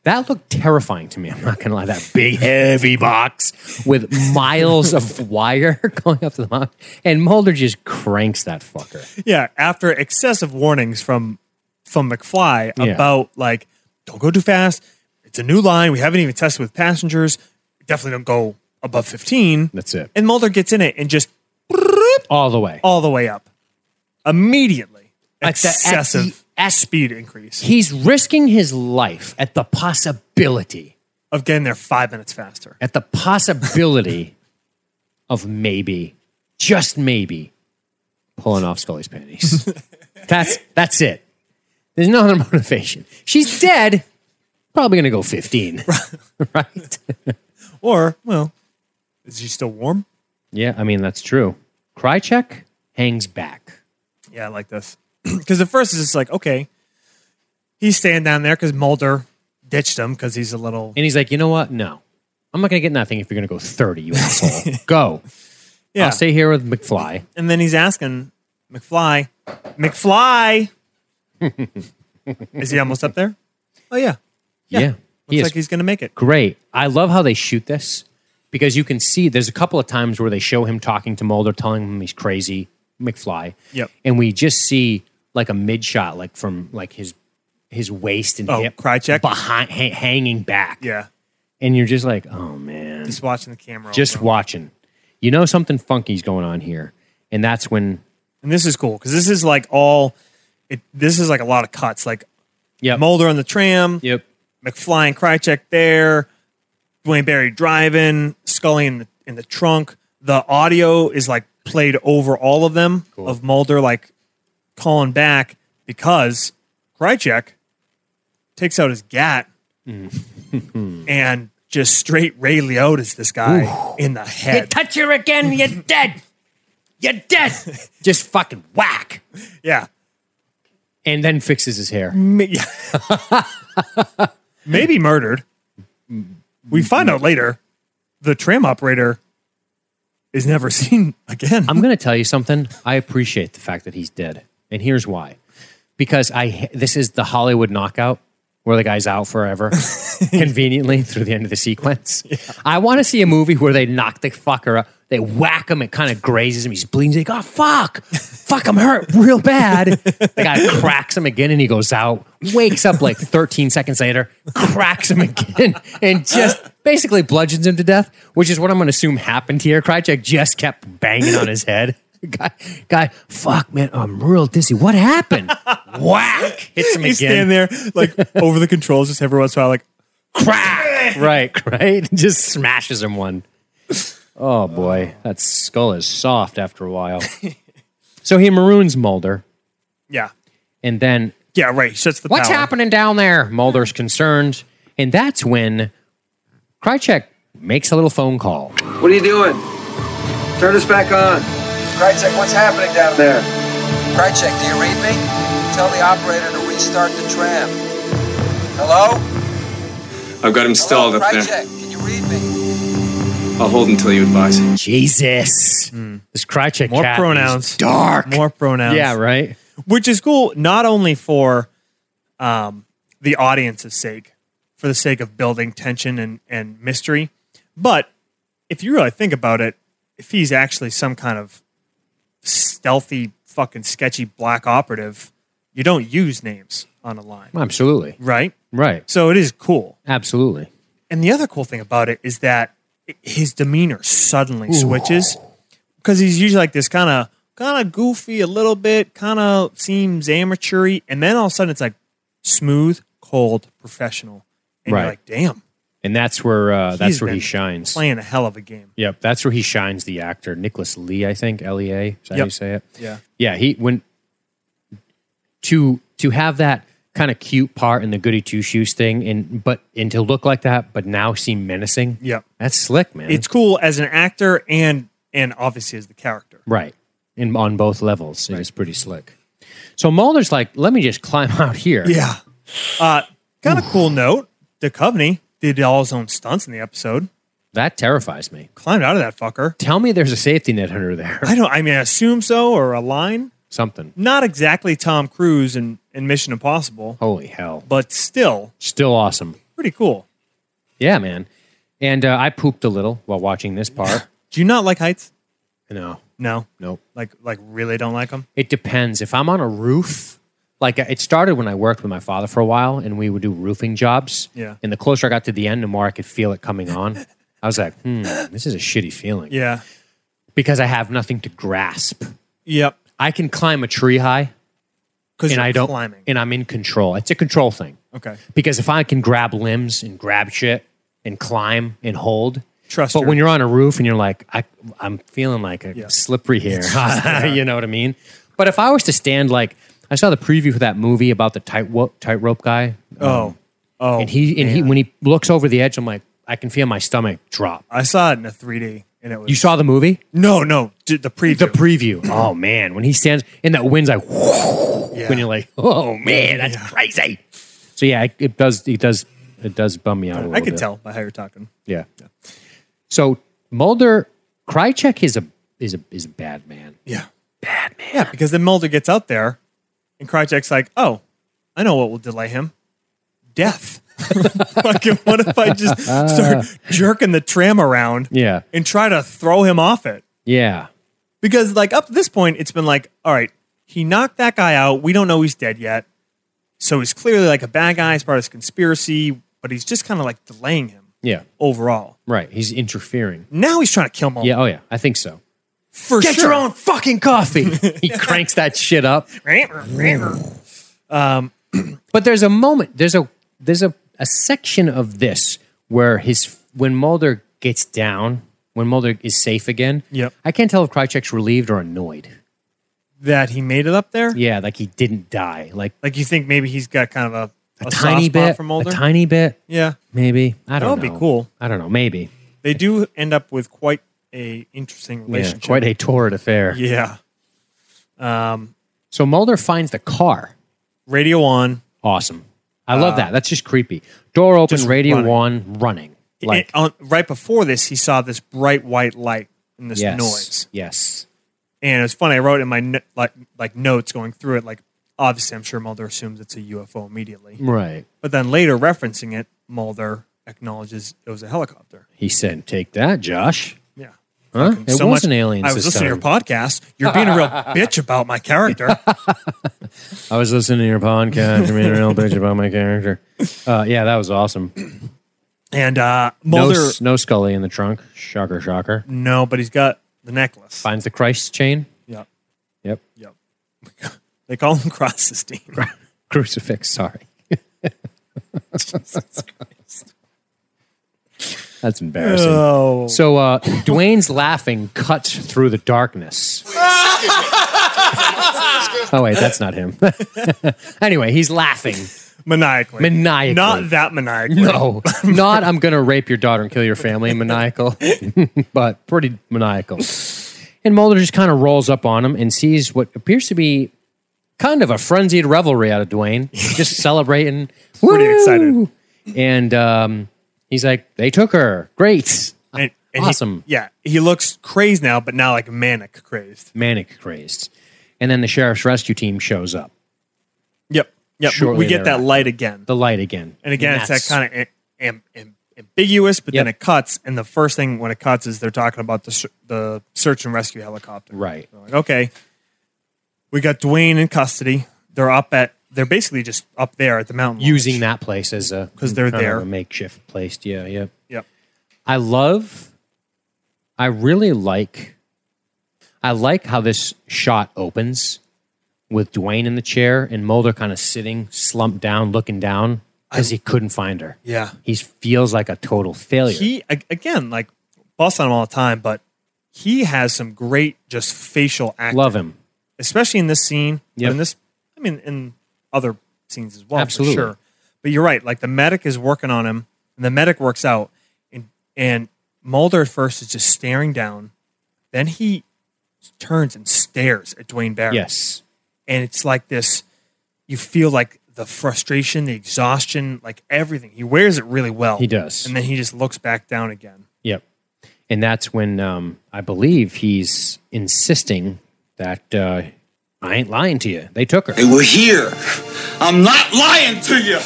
[SPEAKER 1] That looked terrifying to me. I'm not gonna lie. That big heavy box with miles of wire <laughs> going up to the mountain, and Mulder just cranks that fucker.
[SPEAKER 2] Yeah. After excessive warnings from from McFly
[SPEAKER 1] Yeah.
[SPEAKER 2] about like, don't go too fast. It's a new line. We haven't even tested with passengers. Definitely don't go above fifteen.
[SPEAKER 1] That's it.
[SPEAKER 2] And Mulder gets in it and just
[SPEAKER 1] All the way.
[SPEAKER 2] all the way up immediately.
[SPEAKER 1] At the- E at
[SPEAKER 2] Excessive
[SPEAKER 1] the- at-
[SPEAKER 2] speed increase
[SPEAKER 1] He's risking his life at the possibility,
[SPEAKER 2] of getting there five minutes faster.
[SPEAKER 1] at the possibility <laughs> of maybe, just maybe, pulling off Scully's panties. that's that's it. There's no other motivation. She's dead, probably going to go 15. <laughs> right?
[SPEAKER 2] Or, well, is he still warm?
[SPEAKER 1] Yeah, I mean, that's true. Krychek hangs back.
[SPEAKER 2] Yeah, I like this. <clears throat> Because at first it's just like, okay, he's staying down there because Mulder ditched him because he's a little.
[SPEAKER 1] And he's like, you know what? No. I'm not going to get nothing if you're going to go 30, you asshole. go.
[SPEAKER 2] Yeah.
[SPEAKER 1] I'll stay here with McFly.
[SPEAKER 2] and then he's asking McFly,
[SPEAKER 1] <laughs>
[SPEAKER 2] McFly, is he almost up there? Oh, yeah.
[SPEAKER 1] Yeah.
[SPEAKER 2] Looks
[SPEAKER 1] He is
[SPEAKER 2] like he's going to make it.
[SPEAKER 1] great. I love how they shoot this because you can see there's a couple of times where they show him talking to Mulder, telling him he's crazy, McFly.
[SPEAKER 2] Yep.
[SPEAKER 1] And we just see like a mid shot, like from like his his waist and
[SPEAKER 2] Oh,
[SPEAKER 1] hip
[SPEAKER 2] Krychek?
[SPEAKER 1] behind ha- hanging back.
[SPEAKER 2] Yeah.
[SPEAKER 1] And you're just like, oh man,
[SPEAKER 2] Just watching the camera.
[SPEAKER 1] just
[SPEAKER 2] over.
[SPEAKER 1] watching. You know something funky's going on here, and that's when
[SPEAKER 2] And this is cool because this is like all, it, this is like a lot of cuts. Like
[SPEAKER 1] yeah,
[SPEAKER 2] Mulder on the tram,
[SPEAKER 1] Yep.
[SPEAKER 2] McFly and Krychek there, Dwayne Barry driving, Scully in the in the trunk. The audio is like played over all of them of Mulder like calling back because Krychek takes out his gat and just straight Ray Liotta's this guy in the
[SPEAKER 1] You
[SPEAKER 2] head.
[SPEAKER 1] touch her again, you're dead. You're dead. <laughs> just fucking whack.
[SPEAKER 2] Yeah.
[SPEAKER 1] And then fixes his hair.
[SPEAKER 2] Ma- yeah. Maybe murdered. We find out later the tram operator is never <laughs> seen again.
[SPEAKER 1] I'm going to tell you something. I appreciate the fact that he's dead, and here's why: because I this is the Hollywood knockout where the guy's out forever, conveniently through the end of the sequence. I want to see a movie where they knock the fucker up, they whack him, it kind of grazes him, he's bleeding. He's like, oh fuck, fuck, I'm hurt real bad. the guy cracks him again, and he goes out. Wakes up like 13 seconds later, cracks him again, and just basically bludgeons him to death, which is what I'm going to assume happened here. Krychek just kept banging on his head. <laughs> Guy, guy, fuck, man, I'm real dizzy. What happened? <laughs> Whack! Hits him
[SPEAKER 2] He's
[SPEAKER 1] again.
[SPEAKER 2] standing there,
[SPEAKER 1] <laughs>
[SPEAKER 2] like over the controls, just every once in a while, like
[SPEAKER 1] Crack! <laughs> right, right. Just smashes him one. Oh boy, that skull is soft after a <laughs> while. so he maroons Mulder,
[SPEAKER 2] yeah,
[SPEAKER 1] and then
[SPEAKER 2] yeah, right. He shuts the.
[SPEAKER 1] What's
[SPEAKER 2] power.
[SPEAKER 1] happening down there? Mulder's concerned. And that's when Krychek makes a little phone call.
[SPEAKER 4] What are you doing? Turn us back on.
[SPEAKER 6] Krycek, what's happening down there? Krycek, do you read me? Tell the operator to restart the tram. Hello?
[SPEAKER 4] I've got him stalled
[SPEAKER 6] Hello,
[SPEAKER 4] up there.
[SPEAKER 6] Krycek, can you read me?
[SPEAKER 4] I'll hold until you advise.
[SPEAKER 1] Jesus. This Krychek
[SPEAKER 2] More
[SPEAKER 1] cat is
[SPEAKER 2] pronouns.
[SPEAKER 1] dark.
[SPEAKER 2] More pronouns.
[SPEAKER 1] yeah, right?
[SPEAKER 2] Which is cool, not only for um, the audience's sake, for the sake of building tension and, and mystery, but if you really think about it, if he's actually some kind of stealthy, fucking sketchy black operative, you don't use names on a line,
[SPEAKER 1] Absolutely.
[SPEAKER 2] right?
[SPEAKER 1] Right.
[SPEAKER 2] So it is cool.
[SPEAKER 1] Absolutely.
[SPEAKER 2] And the other cool thing about it is that his demeanor suddenly switches because he's usually like this kind of kind of goofy a little bit, kind of seems amateury, and then all of a sudden it's like smooth, cold, professional, and
[SPEAKER 1] Right.
[SPEAKER 2] you're like, damn,
[SPEAKER 1] And that's where uh, that's
[SPEAKER 2] he's
[SPEAKER 1] where he
[SPEAKER 2] been
[SPEAKER 1] shines.
[SPEAKER 2] playing a hell of a game.
[SPEAKER 1] Yep, that's where he shines the actor. Nicholas Lee, I think, L E A. Is that how
[SPEAKER 2] Yep.
[SPEAKER 1] you say it?
[SPEAKER 2] Yeah,
[SPEAKER 1] yeah he when to to have that kind of cute part in the goody two shoes thing and but and to look like that but now seem menacing
[SPEAKER 2] Yep.
[SPEAKER 1] that's slick man
[SPEAKER 2] it's cool as an actor and and obviously as the character.
[SPEAKER 1] right and on both levels it's pretty slick so Mulder's like let me just climb <laughs> out here
[SPEAKER 2] Yeah, uh, kind of cool note. Duchovny did all his own stunts in the episode,
[SPEAKER 1] that terrifies me
[SPEAKER 2] climbed out of that fucker.
[SPEAKER 1] tell me there's a safety net under there
[SPEAKER 2] I don't. I mean, I assume so, or a line.
[SPEAKER 1] something
[SPEAKER 2] not exactly Tom Cruise in, in Mission Impossible,
[SPEAKER 1] holy hell
[SPEAKER 2] but still
[SPEAKER 1] still awesome
[SPEAKER 2] pretty cool.
[SPEAKER 1] yeah man and uh, I pooped a little while watching this
[SPEAKER 2] <laughs>
[SPEAKER 1] part
[SPEAKER 2] Do you not like heights?
[SPEAKER 1] no
[SPEAKER 2] No,
[SPEAKER 1] nope
[SPEAKER 2] like like really don't like them.
[SPEAKER 1] It depends. If I'm on a roof, like uh, it started when I worked with my father for a while and we would do roofing jobs.
[SPEAKER 2] Yeah.
[SPEAKER 1] And the closer I got to the end, the more I could feel it coming on. I was like, hmm, this is a shitty feeling
[SPEAKER 2] Yeah,
[SPEAKER 1] because I have nothing to grasp.
[SPEAKER 2] yep.
[SPEAKER 1] I can climb a tree high
[SPEAKER 2] Because
[SPEAKER 1] and I don't,
[SPEAKER 2] climbing.
[SPEAKER 1] and I'm in control. It's a control thing
[SPEAKER 2] okay,
[SPEAKER 1] because if I can grab limbs and grab shit and climb and hold,
[SPEAKER 2] Trust
[SPEAKER 1] But
[SPEAKER 2] her.
[SPEAKER 1] when you're on a roof and you're like, I, I'm feeling like a
[SPEAKER 2] Yeah.
[SPEAKER 1] slippery
[SPEAKER 2] <laughs>
[SPEAKER 1] here, <laughs> you know what I mean? But if I was to stand like, I saw the preview for that movie about the tightrope tightrope guy. Um,
[SPEAKER 2] Oh. Oh,
[SPEAKER 1] and he and he when he looks over the edge, I'm like, I can feel my stomach drop.
[SPEAKER 2] I saw it in a 3D, and it was
[SPEAKER 1] You saw the movie,
[SPEAKER 2] no, no, d- the preview.
[SPEAKER 1] the <clears throat> preview. Oh man, when he stands and that wind's like,
[SPEAKER 2] Yeah.
[SPEAKER 1] when you're like, oh man, that's crazy. So yeah, it, it does. It does. It does bum me out. a little
[SPEAKER 2] I could
[SPEAKER 1] bit.
[SPEAKER 2] tell by how you're talking.
[SPEAKER 1] Yeah. So Mulder, Krychek is a is a is a bad man.
[SPEAKER 2] Yeah. Bad man. Yeah, because then Mulder gets out there and Krychek's like, oh, I know what will delay him. Death. <laughs> Fucking what if I just start jerking the tram around
[SPEAKER 1] Yeah.
[SPEAKER 2] and try to throw him off it?
[SPEAKER 1] Yeah.
[SPEAKER 2] Because like up to this point, it's been like, all right, he knocked that guy out. We don't know he's dead yet. So he's clearly like a bad guy, he's part of this conspiracy, but he's just kind of like delaying him
[SPEAKER 1] Yeah.
[SPEAKER 2] overall.
[SPEAKER 1] Right. He's interfering.
[SPEAKER 2] Now he's trying to kill Mulder.
[SPEAKER 1] Yeah. Oh yeah. I think so.
[SPEAKER 2] for
[SPEAKER 1] Hmm? Get
[SPEAKER 2] sure.
[SPEAKER 1] your own fucking coffee. <laughs> he cranks that shit up. But there's a moment. There's a there's a, a section of this where his when Mulder gets down, when Mulder is safe again.
[SPEAKER 2] Yep.
[SPEAKER 1] I can't tell if Krychek's relieved or annoyed.
[SPEAKER 2] That he made it up there.
[SPEAKER 1] Yeah, like he didn't die. Like
[SPEAKER 2] Like you think maybe he's got kind of a, a,
[SPEAKER 1] a
[SPEAKER 2] soft
[SPEAKER 1] tiny
[SPEAKER 2] spot
[SPEAKER 1] bit,
[SPEAKER 2] for
[SPEAKER 1] a
[SPEAKER 2] Mulder.
[SPEAKER 1] tiny bit,
[SPEAKER 2] yeah,
[SPEAKER 1] maybe. I don't know.
[SPEAKER 2] That would be cool.
[SPEAKER 1] I don't know. Maybe.
[SPEAKER 2] they do end up with quite a interesting
[SPEAKER 1] Yeah,
[SPEAKER 2] relationship.
[SPEAKER 1] quite a torrid affair.
[SPEAKER 2] yeah.
[SPEAKER 1] So Mulder finds the car.
[SPEAKER 2] Radio on
[SPEAKER 1] Awesome. I love that. That's just creepy. Door open,
[SPEAKER 2] Uh, just
[SPEAKER 1] radio
[SPEAKER 2] running.
[SPEAKER 1] on, running. Like
[SPEAKER 2] It- on, right before this, he saw this bright white light and this
[SPEAKER 1] yes,
[SPEAKER 2] noise,
[SPEAKER 1] Yes.
[SPEAKER 2] and it's funny. I wrote in my no- like like notes going through it. Like obviously, I'm sure Mulder assumes it's a UFO immediately,
[SPEAKER 1] Right.
[SPEAKER 2] but then later referencing it, Mulder acknowledges it was a helicopter.
[SPEAKER 1] He said, "Take that, Josh."
[SPEAKER 2] Yeah.
[SPEAKER 1] Huh? It
[SPEAKER 2] so
[SPEAKER 1] was
[SPEAKER 2] much-
[SPEAKER 1] an alien.
[SPEAKER 2] I was
[SPEAKER 1] this
[SPEAKER 2] listening to your
[SPEAKER 1] time.
[SPEAKER 2] podcast. You're being
[SPEAKER 1] <laughs>
[SPEAKER 2] a real bitch about my character.
[SPEAKER 1] I was listening to your podcast. I made a real bitch about my character. Uh, yeah, that was awesome.
[SPEAKER 2] And uh,
[SPEAKER 1] No,
[SPEAKER 2] Mulder, no,
[SPEAKER 1] s- no Scully in the trunk. Shocker, shocker.
[SPEAKER 2] but he's got the necklace.
[SPEAKER 1] Finds the Christ chain.
[SPEAKER 2] Yep.
[SPEAKER 1] Yep. <laughs>
[SPEAKER 2] Yep. <laughs> they call him Chrysostom.
[SPEAKER 1] Crucifix. Sorry. That's embarrassing.
[SPEAKER 2] Oh.
[SPEAKER 1] So uh, Dwayne's laughing cuts through the
[SPEAKER 2] <laughs>
[SPEAKER 1] darkness. oh wait, that's not him. <laughs> anyway, he's laughing.
[SPEAKER 2] <laughs> Maniacally.
[SPEAKER 1] Maniacally.
[SPEAKER 2] Not that maniacally.
[SPEAKER 1] No, <laughs> not I'm going to rape your daughter and kill your family, maniacal, <laughs> but pretty maniacal. And Mulder just kind of rolls up on him and sees what appears to be kind of a frenzied revelry out of
[SPEAKER 2] <laughs>
[SPEAKER 1] Dwayne, just celebrating.
[SPEAKER 2] Pretty
[SPEAKER 1] Woo!
[SPEAKER 2] excited.
[SPEAKER 1] And um, he's like, they took her. Great.
[SPEAKER 2] And, and he-
[SPEAKER 1] awesome.
[SPEAKER 2] yeah. He looks crazed now, but now like manic crazed.
[SPEAKER 1] Manic crazed. And then the sheriff's rescue team shows up.
[SPEAKER 2] Yep. Yep.
[SPEAKER 1] Shortly
[SPEAKER 2] we get that
[SPEAKER 1] thereafter.
[SPEAKER 2] light again.
[SPEAKER 1] The light again.
[SPEAKER 2] And again, it's
[SPEAKER 1] that's-
[SPEAKER 2] that kind of am, am, ambiguous, but then
[SPEAKER 1] Yep.
[SPEAKER 2] it cuts. And the first thing when it cuts is they're talking about the, ser- the search and rescue helicopter.
[SPEAKER 1] Right.
[SPEAKER 2] They're like, okay, we got Dwayne in custody. They're up at, they're basically just up there at the mountain.
[SPEAKER 1] Using that place as a
[SPEAKER 2] 'Cause they're
[SPEAKER 1] kind of
[SPEAKER 2] there.
[SPEAKER 1] a makeshift place. Yeah, yeah.
[SPEAKER 2] Yep.
[SPEAKER 1] I love, I really like, I like how this shot opens with Dwayne in the chair and Mulder kind of sitting slumped down, looking down because he couldn't find her.
[SPEAKER 2] Yeah.
[SPEAKER 1] He feels like a total failure.
[SPEAKER 2] He, a- again, like, boss on him all the time, but he has some great just facial acting.
[SPEAKER 1] Love him.
[SPEAKER 2] Especially in this scene. but
[SPEAKER 1] Yep.
[SPEAKER 2] In this, I mean, in other scenes as well.
[SPEAKER 1] Absolutely.
[SPEAKER 2] For sure. But you're right. Like, the medic is working on him, and the medic works out. And, and Mulder at first is just staring down. Then he turns and stares at Dwayne Barry.
[SPEAKER 1] Yes.
[SPEAKER 2] and it's like this you feel like the frustration the exhaustion like everything he wears it really well
[SPEAKER 1] He does.
[SPEAKER 2] and then he just looks back
[SPEAKER 1] <laughs>
[SPEAKER 2] down again
[SPEAKER 1] Yep. And that's when um, I believe he's insisting that uh, I ain't lying to you. They took her.
[SPEAKER 7] They were here. I'm not lying to you.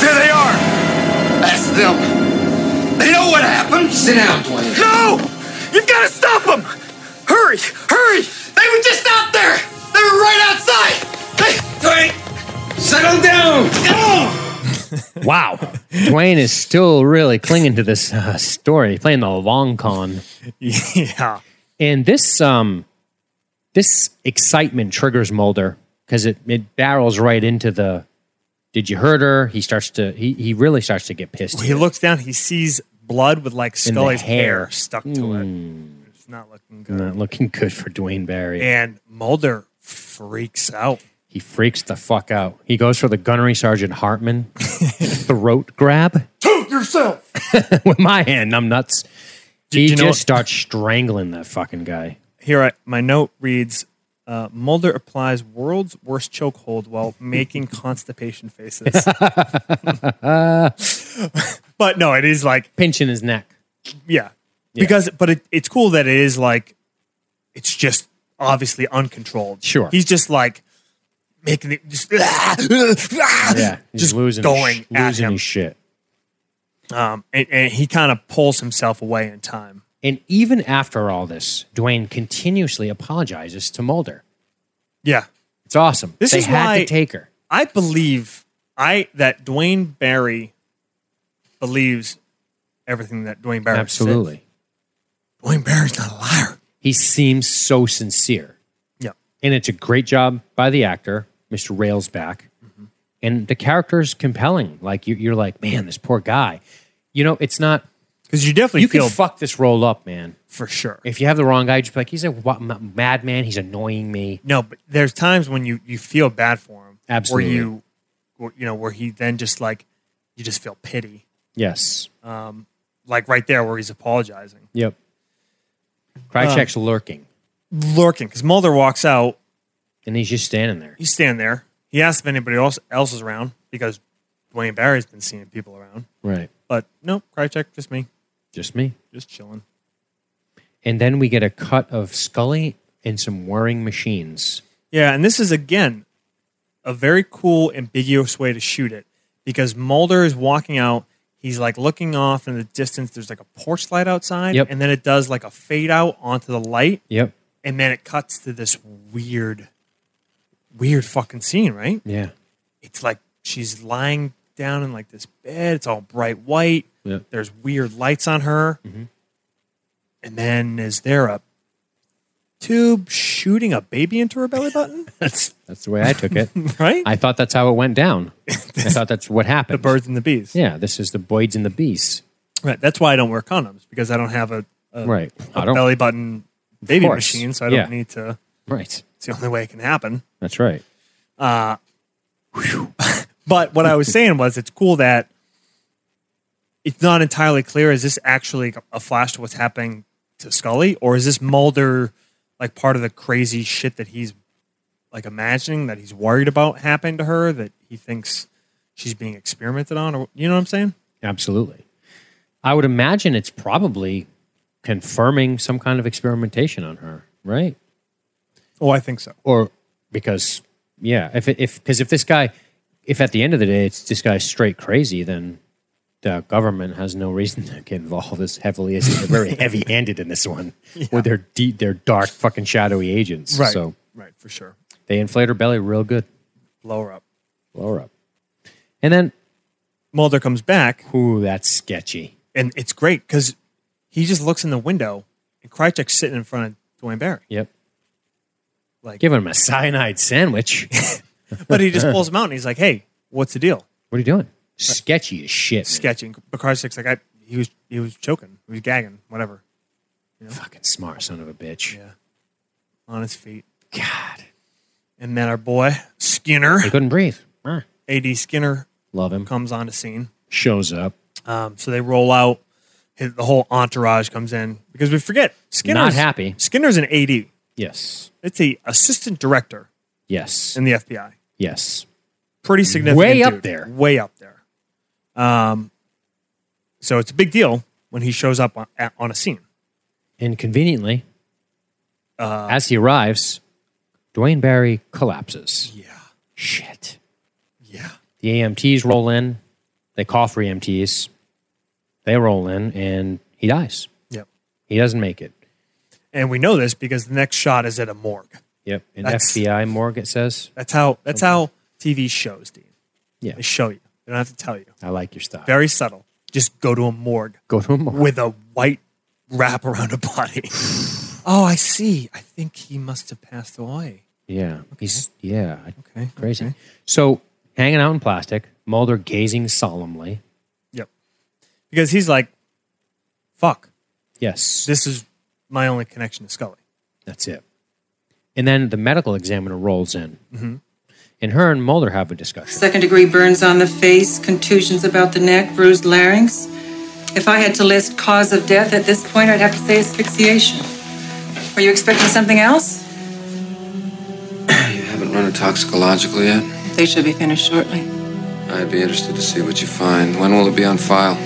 [SPEAKER 7] There they are. That's them. They know what happened. Sit down, Dwayne. No! You've got to stop them! Hurry! Hurry! They were just out there! They were right outside! They... Dwayne! Settle down! Come
[SPEAKER 2] <laughs>
[SPEAKER 1] Wow. Dwayne is still really clinging to this uh, story, playing the long con.
[SPEAKER 2] yeah
[SPEAKER 1] And this um this excitement triggers Mulder because it, it barrels right into the did you hurt her? He starts to he he really starts to get pissed.
[SPEAKER 2] he looks down he sees blood with like
[SPEAKER 1] the
[SPEAKER 2] scully's hair.
[SPEAKER 1] hair. Hmm.
[SPEAKER 2] stuck to it it's not looking good
[SPEAKER 1] not looking good for Dwayne Barry.
[SPEAKER 2] and mulder freaks out
[SPEAKER 1] He freaks the fuck out. He goes for the gunnery sergeant
[SPEAKER 2] <laughs>
[SPEAKER 1] Hartman throat grab <laughs>
[SPEAKER 7] Toot yourself!
[SPEAKER 1] with my hand. I'm nuts. he
[SPEAKER 2] you know
[SPEAKER 1] just
[SPEAKER 2] what-
[SPEAKER 1] starts strangling that fucking guy.
[SPEAKER 2] Here, I, my note reads uh, Mulder applies world's worst chokehold while <laughs> making constipation faces. <laughs> but no, it is like,
[SPEAKER 1] Pinching his
[SPEAKER 2] <clears throat>
[SPEAKER 1] neck.
[SPEAKER 2] yeah. Because, but it, it's cool that it is like, it's just obviously uncontrolled.
[SPEAKER 1] Sure.
[SPEAKER 2] He's just like making it just, <laughs> yeah,
[SPEAKER 1] Yeah, he's losing
[SPEAKER 2] going
[SPEAKER 1] his, sh-
[SPEAKER 2] at
[SPEAKER 1] losing
[SPEAKER 2] him.
[SPEAKER 1] his shit.
[SPEAKER 2] Um, and, and he kind of pulls himself away in time.
[SPEAKER 1] And even after all this, Dwayne continuously apologizes to Mulder.
[SPEAKER 2] Yeah.
[SPEAKER 1] It's awesome.
[SPEAKER 2] This
[SPEAKER 1] they
[SPEAKER 2] is
[SPEAKER 1] had
[SPEAKER 2] why-
[SPEAKER 1] to take her.
[SPEAKER 2] I believe I that Dwayne Barry believes everything that Dwayne Barry
[SPEAKER 1] Absolutely.
[SPEAKER 2] said. Dwayne Barry's not a liar.
[SPEAKER 1] He seems so sincere.
[SPEAKER 2] Yeah.
[SPEAKER 1] And it's a great job by the actor, Mr. Railsback. Mm-hmm. And the character is compelling. Like you, you're like, man, this poor guy. You know, it's not.
[SPEAKER 2] Because you definitely
[SPEAKER 1] You
[SPEAKER 2] feel
[SPEAKER 1] can fuck this role up, man.
[SPEAKER 2] for sure.
[SPEAKER 1] If you have the wrong guy, just be like, he's a wa- m- madman. He's annoying me.
[SPEAKER 2] No, but there's times when you you feel bad for him.
[SPEAKER 1] Absolutely.
[SPEAKER 2] Or you or, you know, where he then just like you just feel pity.
[SPEAKER 1] Yes.
[SPEAKER 2] Like right there where he's apologizing.
[SPEAKER 1] Yep. Krychek's lurking,
[SPEAKER 2] Lurking. Because Mulder walks out,
[SPEAKER 1] and he's just standing there.
[SPEAKER 2] he's standing there. He asks if anybody else else is around because Dwayne Barry's been seeing people around.
[SPEAKER 1] Right.
[SPEAKER 2] But no, Krychek, just me.
[SPEAKER 1] Just me.
[SPEAKER 2] Just chilling.
[SPEAKER 1] And then we get a cut of Scully and some whirring machines.
[SPEAKER 2] Yeah, and this is again a very cool, ambiguous way to shoot it because Mulder is walking out. He's like looking off in the distance. There's like a porch light outside,
[SPEAKER 1] Yep.
[SPEAKER 2] and then it does like a fade out onto the light,
[SPEAKER 1] Yep.
[SPEAKER 2] and then it cuts to this weird, weird fucking scene. Right?
[SPEAKER 1] Yeah.
[SPEAKER 2] It's like she's lying down in like this bed. It's all bright white.
[SPEAKER 1] Yep. Mm-hmm.
[SPEAKER 2] There's weird lights on her, and then is there a tube shooting a baby into her belly button?
[SPEAKER 1] <laughs> That's that's the way I took
[SPEAKER 2] <laughs>
[SPEAKER 1] it.
[SPEAKER 2] right?
[SPEAKER 1] I thought that's how it went down. I thought that's what happened.
[SPEAKER 2] the birds and the bees.
[SPEAKER 1] Yeah, this is the Boyds and the Bees.
[SPEAKER 2] Right. That's why I don't wear condoms because I don't have a, a,
[SPEAKER 1] Right.
[SPEAKER 2] a
[SPEAKER 1] I don't.
[SPEAKER 2] belly button baby
[SPEAKER 1] course.
[SPEAKER 2] machine, so I don't
[SPEAKER 1] Yeah.
[SPEAKER 2] need to.
[SPEAKER 1] Right.
[SPEAKER 2] It's the only way it can happen.
[SPEAKER 1] That's right.
[SPEAKER 2] But what I was saying was, it's cool that it's not entirely clear. Is this actually a flash to what's happening to Scully, or is this Mulder like part of the crazy shit that he's like imagining that he's worried about happening to her that he thinks she's being experimented on? Or you know what I'm saying?
[SPEAKER 1] Absolutely. I would imagine it's probably confirming some kind of experimentation on her, right?
[SPEAKER 2] Oh, I think so.
[SPEAKER 1] Or because yeah, if it, if because if this guy, if at the end of the day it's this guy's straight crazy, then the government has no reason to get involved as heavily as they're
[SPEAKER 2] <laughs>
[SPEAKER 1] very heavy-handed in this one with their deep, their dark, fucking shadowy agents.
[SPEAKER 2] Right.
[SPEAKER 1] So
[SPEAKER 2] Right. For sure.
[SPEAKER 1] they inflate her belly real good.
[SPEAKER 2] Blow her up.
[SPEAKER 1] Blow her up. And then,
[SPEAKER 2] Mulder comes back,
[SPEAKER 1] ooh, that's sketchy.
[SPEAKER 2] and it's great because he just looks in the window, and Krychek's sitting in front of Dwayne Barry.
[SPEAKER 1] Yep.
[SPEAKER 2] Like,
[SPEAKER 1] Give him a cyanide
[SPEAKER 2] <laughs>
[SPEAKER 1] sandwich.
[SPEAKER 2] but he just pulls him out, and he's like, "Hey, what's the deal?"
[SPEAKER 1] what are you doing? Sketchy as shit. man.
[SPEAKER 2] Sketching, but Krychek's like, "I he was he was choking, he was gagging, whatever,
[SPEAKER 1] Fucking smart son of a bitch.
[SPEAKER 2] Yeah. on his feet."
[SPEAKER 1] God.
[SPEAKER 2] And then our boy Skinner,
[SPEAKER 1] He couldn't breathe. Ah.
[SPEAKER 2] AD Skinner,
[SPEAKER 1] Love him.
[SPEAKER 2] comes on the scene.
[SPEAKER 1] Shows up.
[SPEAKER 2] Um, so they roll out. His, the whole entourage comes in because we forget Skinner's
[SPEAKER 1] happy.
[SPEAKER 2] Skinner's an AD.
[SPEAKER 1] Yes.
[SPEAKER 2] It's the assistant director
[SPEAKER 1] Yes.
[SPEAKER 2] in the FBI.
[SPEAKER 1] yes.
[SPEAKER 2] pretty significant.
[SPEAKER 1] Way up
[SPEAKER 2] dude.
[SPEAKER 1] there.
[SPEAKER 2] Way up there. Um, so it's a big deal when he shows up on, at- on a scene.
[SPEAKER 1] And conveniently, as he arrives, Dwayne Barry collapses.
[SPEAKER 2] Yeah.
[SPEAKER 1] Shit.
[SPEAKER 2] Yeah.
[SPEAKER 1] The AMTs roll in. They call for EMTs. They roll in, and he dies.
[SPEAKER 2] Yep.
[SPEAKER 1] He doesn't make it.
[SPEAKER 2] And we know this because the next shot is at a morgue.
[SPEAKER 1] Yep. An
[SPEAKER 2] That's-
[SPEAKER 1] FBI morgue, it says.
[SPEAKER 2] That's how that's how TV shows, Dean.
[SPEAKER 1] Yeah.
[SPEAKER 2] They show you. They don't have to tell you.
[SPEAKER 1] I like your stuff.
[SPEAKER 2] Very subtle. Just go to a morgue
[SPEAKER 1] Go to a morgue.
[SPEAKER 2] with a white wrap around a body. <sighs> oh, I see. I think he must have passed away.
[SPEAKER 1] Yeah. He's yeah. I-
[SPEAKER 2] Okay.
[SPEAKER 1] Crazy. So hanging out in plastic, Mulder gazing solemnly.
[SPEAKER 2] Yep. Because he's like, fuck,
[SPEAKER 1] Yes.
[SPEAKER 2] this is my only connection to Scully. Mm-hmm.
[SPEAKER 1] that's it. And then the medical examiner rolls in. and her and Mulder have a discussion.
[SPEAKER 8] Second degree burns on the face, contusions about the neck, bruised larynx. If I had to list cause of death at this point, I'd have to say asphyxiation. Were you expecting something else?
[SPEAKER 9] You haven't run a toxicological yet?
[SPEAKER 8] They should be finished shortly.
[SPEAKER 9] I'd be interested to see what you find. When will it be on file?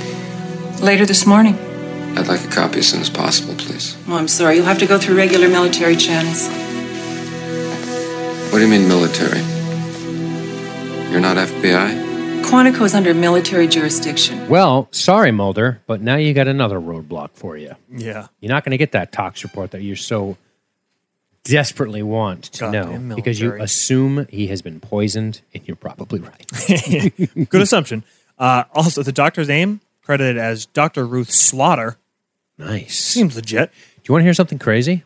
[SPEAKER 8] Later this morning.
[SPEAKER 9] I'd like a copy as soon as possible, please.
[SPEAKER 8] Oh, I'm sorry. You'll have to go through regular military channels.
[SPEAKER 9] What do you mean military? You're not FBI?
[SPEAKER 8] Quantico is under military jurisdiction.
[SPEAKER 1] Well, sorry, Mulder, but now you got another roadblock for you.
[SPEAKER 2] Yeah.
[SPEAKER 1] You're not going to get that tox report that you so desperately want to
[SPEAKER 2] Goddamn
[SPEAKER 1] know because you
[SPEAKER 2] military.
[SPEAKER 1] assume he has been poisoned, and you're probably right.
[SPEAKER 2] Good assumption. Uh, also, the doctor's name credited as Dr. Ruth Slaughter
[SPEAKER 1] nice.
[SPEAKER 2] seems legit.
[SPEAKER 1] Do you want to hear something crazy?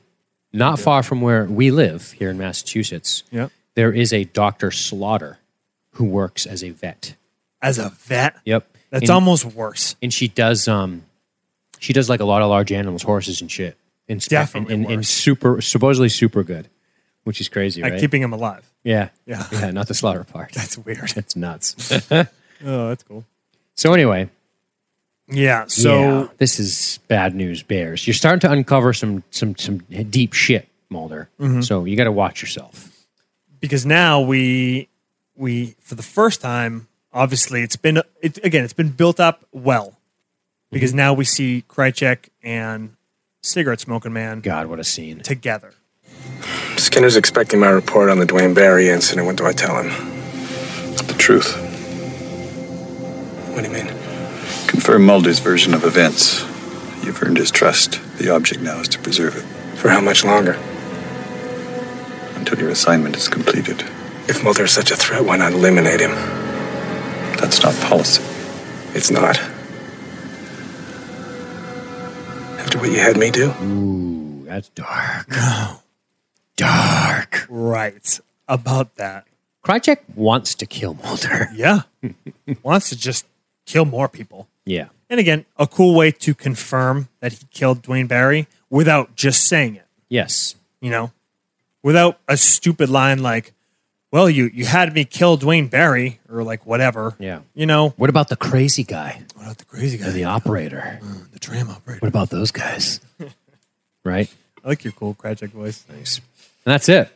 [SPEAKER 1] Not far from where we live here in Massachusetts,
[SPEAKER 2] Yeah.
[SPEAKER 1] there is a Dr. Slaughter who works as a vet.
[SPEAKER 2] As a vet,
[SPEAKER 1] Yep.
[SPEAKER 2] that's
[SPEAKER 1] and,
[SPEAKER 2] almost worse.
[SPEAKER 1] and she does um she does like a lot of large animals, horses and shit. And spe-
[SPEAKER 2] Definitely
[SPEAKER 1] and, and, and
[SPEAKER 2] worse.
[SPEAKER 1] super supposedly super good. Which is crazy,
[SPEAKER 2] Like
[SPEAKER 1] right?
[SPEAKER 2] keeping him alive. <laughs>
[SPEAKER 1] yeah.
[SPEAKER 2] Yeah.
[SPEAKER 1] <laughs> Yeah, not the slaughter part.
[SPEAKER 2] That's weird.
[SPEAKER 1] <laughs> That's nuts.
[SPEAKER 2] <laughs> oh, that's cool.
[SPEAKER 1] so anyway,
[SPEAKER 2] Yeah. So
[SPEAKER 1] yeah, this is bad news bears. You're starting to uncover some some some deep shit, Mulder.
[SPEAKER 2] Mm-hmm.
[SPEAKER 1] So you got to watch yourself.
[SPEAKER 2] because now we we for the first time, obviously it's been it, again it's been built up well because
[SPEAKER 1] Mm-hmm.
[SPEAKER 2] now we see Krychek and cigarette smoking man
[SPEAKER 1] God, what a scene.
[SPEAKER 2] together.
[SPEAKER 4] Skinner's expecting my report on the Dwayne Barry incident. What do I tell him?
[SPEAKER 10] The truth.
[SPEAKER 4] What do you mean?
[SPEAKER 10] Confirm Mulder's version of events. You've earned his trust. The object now is to preserve it
[SPEAKER 4] For how much longer?
[SPEAKER 10] until your assignment is completed.
[SPEAKER 4] If Mulder is such a threat, why not eliminate him?
[SPEAKER 10] That's not policy.
[SPEAKER 4] It's not. After what you had me do?
[SPEAKER 1] Ooh, that's
[SPEAKER 2] <gasps>
[SPEAKER 1] dark. Dark.
[SPEAKER 2] Right about that.
[SPEAKER 1] Krychek wants to kill Mulder. <laughs>
[SPEAKER 2] Yeah, wants to just kill more people.
[SPEAKER 1] Yeah.
[SPEAKER 2] And again, a cool way to confirm that he killed Dwayne Barry without just saying it,
[SPEAKER 1] Yes.
[SPEAKER 2] you know, without a stupid line like, well, you, you had me kill Dwayne Barry or like whatever.
[SPEAKER 1] Yeah.
[SPEAKER 2] You know,
[SPEAKER 1] What about the crazy guy
[SPEAKER 2] what about the crazy guy?
[SPEAKER 1] and the operator?
[SPEAKER 2] The tram operator.
[SPEAKER 1] What about those guys? <laughs> right?
[SPEAKER 2] I like your cool Kratchek voice. Nice.
[SPEAKER 1] And that's it.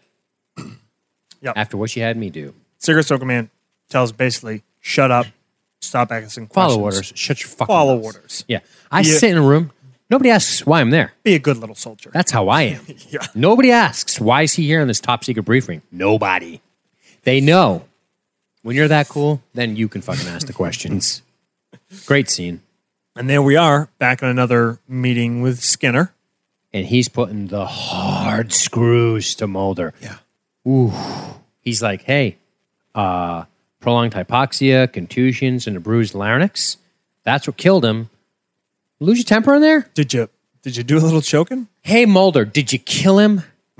[SPEAKER 2] Yep.
[SPEAKER 1] After what she had me do.
[SPEAKER 2] Cigarette Smoker Man tells basically, shut up, stop asking questions.
[SPEAKER 1] Follow orders. Shut your fucking
[SPEAKER 2] Follow
[SPEAKER 1] mouth.
[SPEAKER 2] orders.
[SPEAKER 1] Yeah. I
[SPEAKER 2] Yeah.
[SPEAKER 1] sit in a room. Nobody asks why I'm there.
[SPEAKER 2] Be a good little soldier.
[SPEAKER 1] That's how I am.
[SPEAKER 2] <laughs> Yeah.
[SPEAKER 1] Nobody asks why is he here in this top secret briefing? Nobody. They know. When you're that cool, then you can fucking ask the
[SPEAKER 2] <laughs>
[SPEAKER 1] questions. Great scene.
[SPEAKER 2] And there we are, back in another meeting with Skinner.
[SPEAKER 1] and he's putting the hard screws to Mulder. Yeah. Ooh. He's like, hey, uh, prolonged hypoxia, contusions, and a bruised larynx. That's what killed him. Lose your temper in there?
[SPEAKER 2] Did you did you do a little choking? <laughs>
[SPEAKER 1] Hey, Mulder, did you kill him? <laughs>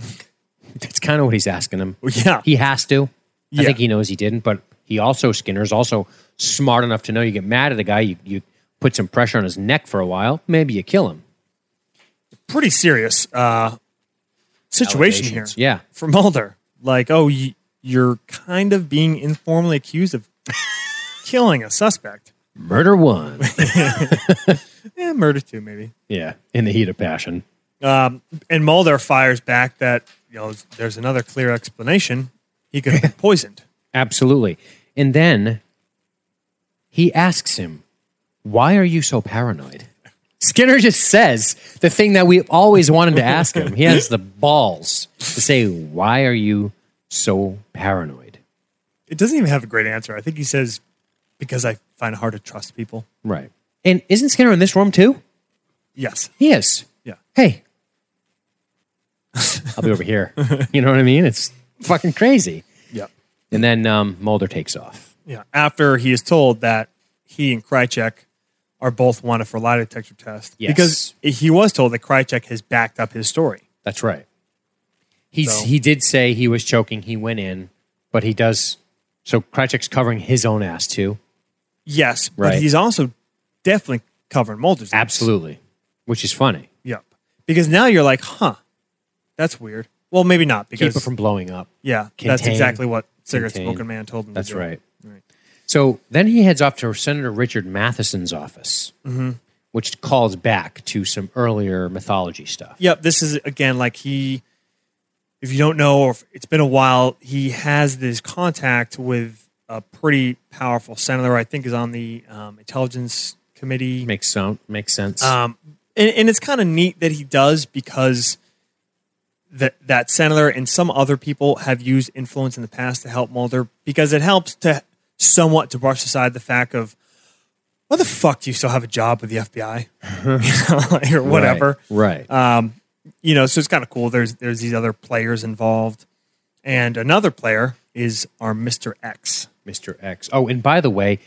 [SPEAKER 1] That's kind of what he's asking him.
[SPEAKER 2] Yeah.
[SPEAKER 1] He has to. I
[SPEAKER 2] Yeah.
[SPEAKER 1] think he knows he didn't, but he also, Skinner's also smart enough to know you get mad at the guy, you, you put some pressure on his neck for a while, maybe you kill him.
[SPEAKER 2] pretty serious uh, situation here
[SPEAKER 1] Allegations. Yeah.
[SPEAKER 2] for Mulder. Like, oh, y- you're kind of being informally accused of killing a suspect.
[SPEAKER 1] Murder one.
[SPEAKER 2] Eh, murder too, maybe.
[SPEAKER 1] <laughs> yeah. In the heat of passion.
[SPEAKER 2] Um, and Mulder fires back that you know there's another clear explanation. He could have been poisoned.
[SPEAKER 1] Absolutely. And then he asks him, Why are you so paranoid? Skinner just says the thing that we always wanted to ask him. He has the balls to say, Why are you so paranoid?
[SPEAKER 2] It doesn't even have a great answer. I think he says because I find it hard to trust people.
[SPEAKER 1] Right. And isn't Skinner in this room too?
[SPEAKER 2] Yes.
[SPEAKER 1] He is.
[SPEAKER 2] Yeah.
[SPEAKER 1] Hey, I'll be over here. You know what I mean? It's fucking crazy.
[SPEAKER 2] Yeah.
[SPEAKER 1] And then um, Mulder takes off.
[SPEAKER 2] Yeah. After he is told that he and Krychek are both wanted for lie detector test.
[SPEAKER 1] Yes.
[SPEAKER 2] Because he was told that Krychek has backed up his story.
[SPEAKER 1] That's right. He
[SPEAKER 2] So-
[SPEAKER 1] he did say he was choking. He went in, but he does. So Krychek's covering his own ass too.
[SPEAKER 2] Yes.
[SPEAKER 1] Right.
[SPEAKER 2] But he's also definitely covering Mulder's. ass.
[SPEAKER 1] Absolutely, which is funny.
[SPEAKER 2] Yep. Because now you're like, huh, that's weird. Well, maybe not
[SPEAKER 1] Keep
[SPEAKER 2] because
[SPEAKER 1] it from blowing up.
[SPEAKER 2] yeah, that's
[SPEAKER 1] contain.
[SPEAKER 2] exactly what cigarette
[SPEAKER 1] contained-
[SPEAKER 2] smoking man told him.
[SPEAKER 1] That's
[SPEAKER 2] to do it.
[SPEAKER 1] right. So then he heads off to Senator Richard Matheson's office,
[SPEAKER 2] Mhm.
[SPEAKER 1] which calls back to some earlier mythology stuff.
[SPEAKER 2] Yep. This is again like he. If you don't know, or if it's been a while, he has this contact with a pretty powerful senator. I think is on the um, intelligence committee.
[SPEAKER 1] Makes sound makes sense.
[SPEAKER 2] Um, and, and it's kind of neat that he does because that that senator and some other people have used influence in the past to help Mulder because it helps to somewhat to brush aside the fact of why the fuck do you still have a job with the <laughs> FBI Like, or whatever.
[SPEAKER 1] Right.
[SPEAKER 2] Um, you know, so it's kind of cool. There's there's these other players involved, and another player is our Mister X.
[SPEAKER 1] Mr. X. Oh, and by the way,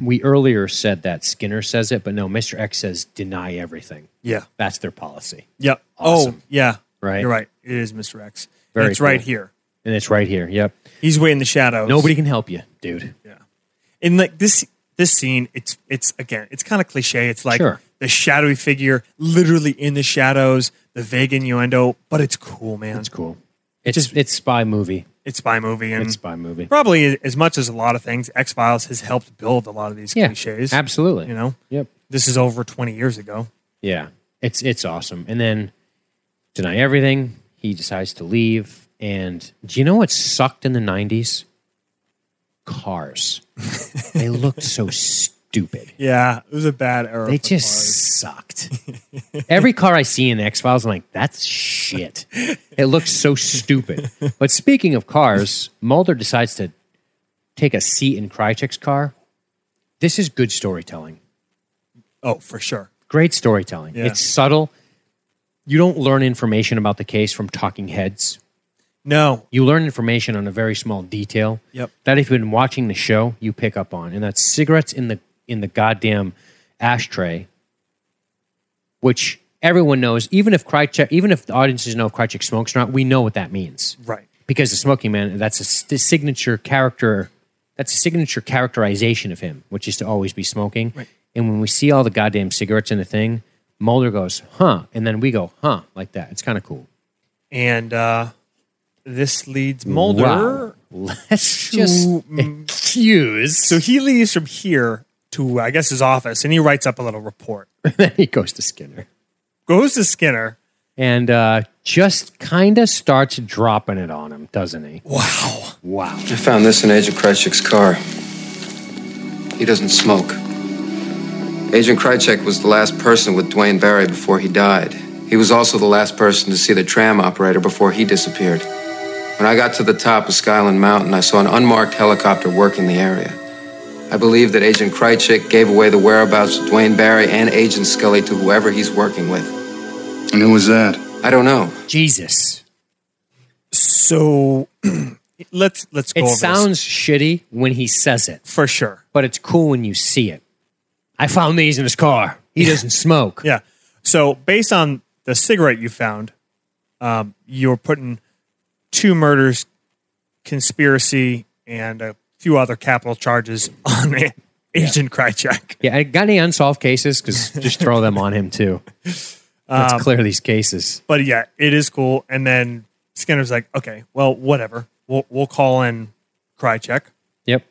[SPEAKER 1] we earlier said that Skinner says it, but no, Mr. X says deny everything.
[SPEAKER 2] Yeah.
[SPEAKER 1] That's their policy.
[SPEAKER 2] Yep.
[SPEAKER 1] Awesome.
[SPEAKER 2] Oh, yeah.
[SPEAKER 1] Right.
[SPEAKER 2] You're right. It is Mister X. And
[SPEAKER 1] Very
[SPEAKER 2] it's right
[SPEAKER 1] cool.
[SPEAKER 2] here.
[SPEAKER 1] And it's right here. Yep.
[SPEAKER 2] He's way in the shadows.
[SPEAKER 1] Nobody can help you, dude.
[SPEAKER 2] in like this this scene it's it's again it's kind of cliche it's like
[SPEAKER 1] Sure.
[SPEAKER 2] the shadowy figure literally in the shadows the vague innuendo but it's cool man
[SPEAKER 1] It's cool. It's it's spy movie.
[SPEAKER 2] it's spy movie and
[SPEAKER 1] It's spy movie.
[SPEAKER 2] probably as much as a lot of things x files has helped build a lot of these
[SPEAKER 1] Yeah,
[SPEAKER 2] cliches
[SPEAKER 1] Absolutely.
[SPEAKER 2] you know
[SPEAKER 1] Yep.
[SPEAKER 2] this is over 20 years ago
[SPEAKER 1] Yeah, it's it's awesome. And then deny everything. He decides to leave. And do you know what sucked in the nineties? Cars. they looked <laughs> so stupid.
[SPEAKER 2] yeah it was a bad era
[SPEAKER 1] They
[SPEAKER 2] for
[SPEAKER 1] just
[SPEAKER 2] cars.
[SPEAKER 1] sucked. Every car I see in X Files, I'm like, that's shit. It looks so stupid. But speaking of cars, Mulder decides to take a seat in Krychek's car. This is good storytelling.
[SPEAKER 2] oh for sure
[SPEAKER 1] Great storytelling.
[SPEAKER 2] Yeah.
[SPEAKER 1] It's subtle. You don't learn information about the case from talking heads.
[SPEAKER 2] no
[SPEAKER 1] You learn information on a very small detail
[SPEAKER 2] yep
[SPEAKER 1] that if you've been watching the show, you pick up on. And that's cigarettes in the in the goddamn ashtray, which everyone knows, even if Krychek, even if the audiences know if Krychek smokes or not, we know what that means.
[SPEAKER 2] right
[SPEAKER 1] Because the smoking man, that's a s- signature character, that's a signature characterization of him, which is to always be smoking.
[SPEAKER 2] Right.
[SPEAKER 1] And when we see all the goddamn cigarettes in the thing, Mulder goes, huh. And then we go, huh, like that. It's kind of cool.
[SPEAKER 2] and uh this leads mulder
[SPEAKER 1] Wow. Let's just <laughs>
[SPEAKER 2] mm,
[SPEAKER 1] accuse.
[SPEAKER 2] So he leaves from here to, I guess, his office, and he writes up a little report.
[SPEAKER 1] <laughs> then he goes to Skinner.
[SPEAKER 2] Goes to Skinner.
[SPEAKER 1] and uh, just kind of starts dropping it on him, doesn't he?
[SPEAKER 2] Wow.
[SPEAKER 1] Wow.
[SPEAKER 9] I found this in Agent Krychek's car. He doesn't smoke. Agent Krychek was the last person with Dwayne Barry before he died. He was also the last person to see the tram operator before he disappeared. When I got to the top of Skyland Mountain, I saw an unmarked helicopter working the area. I believe that Agent Krychek gave away the whereabouts of Dwayne Barry and Agent Scully to whoever he's working with.
[SPEAKER 3] And who was that?
[SPEAKER 9] I don't know.
[SPEAKER 1] Jesus.
[SPEAKER 2] So <clears throat> let's let's go.
[SPEAKER 1] It
[SPEAKER 2] over this.
[SPEAKER 1] sounds shitty when he says it,
[SPEAKER 2] for sure.
[SPEAKER 1] but it's cool when you see it. I found these in his car. He doesn't smoke. <laughs>
[SPEAKER 2] Yeah. So based on the cigarette you found, um, you're putting two murders, conspiracy, and a few other capital charges <laughs> on it. Agent Krychek.
[SPEAKER 1] Yeah, got any unsolved cases? Because just throw them on him too. Let's clear these cases.
[SPEAKER 2] But yeah, it is cool. And then Skinner's like, okay, well, whatever. We'll we'll call in Krychek.
[SPEAKER 1] Yep.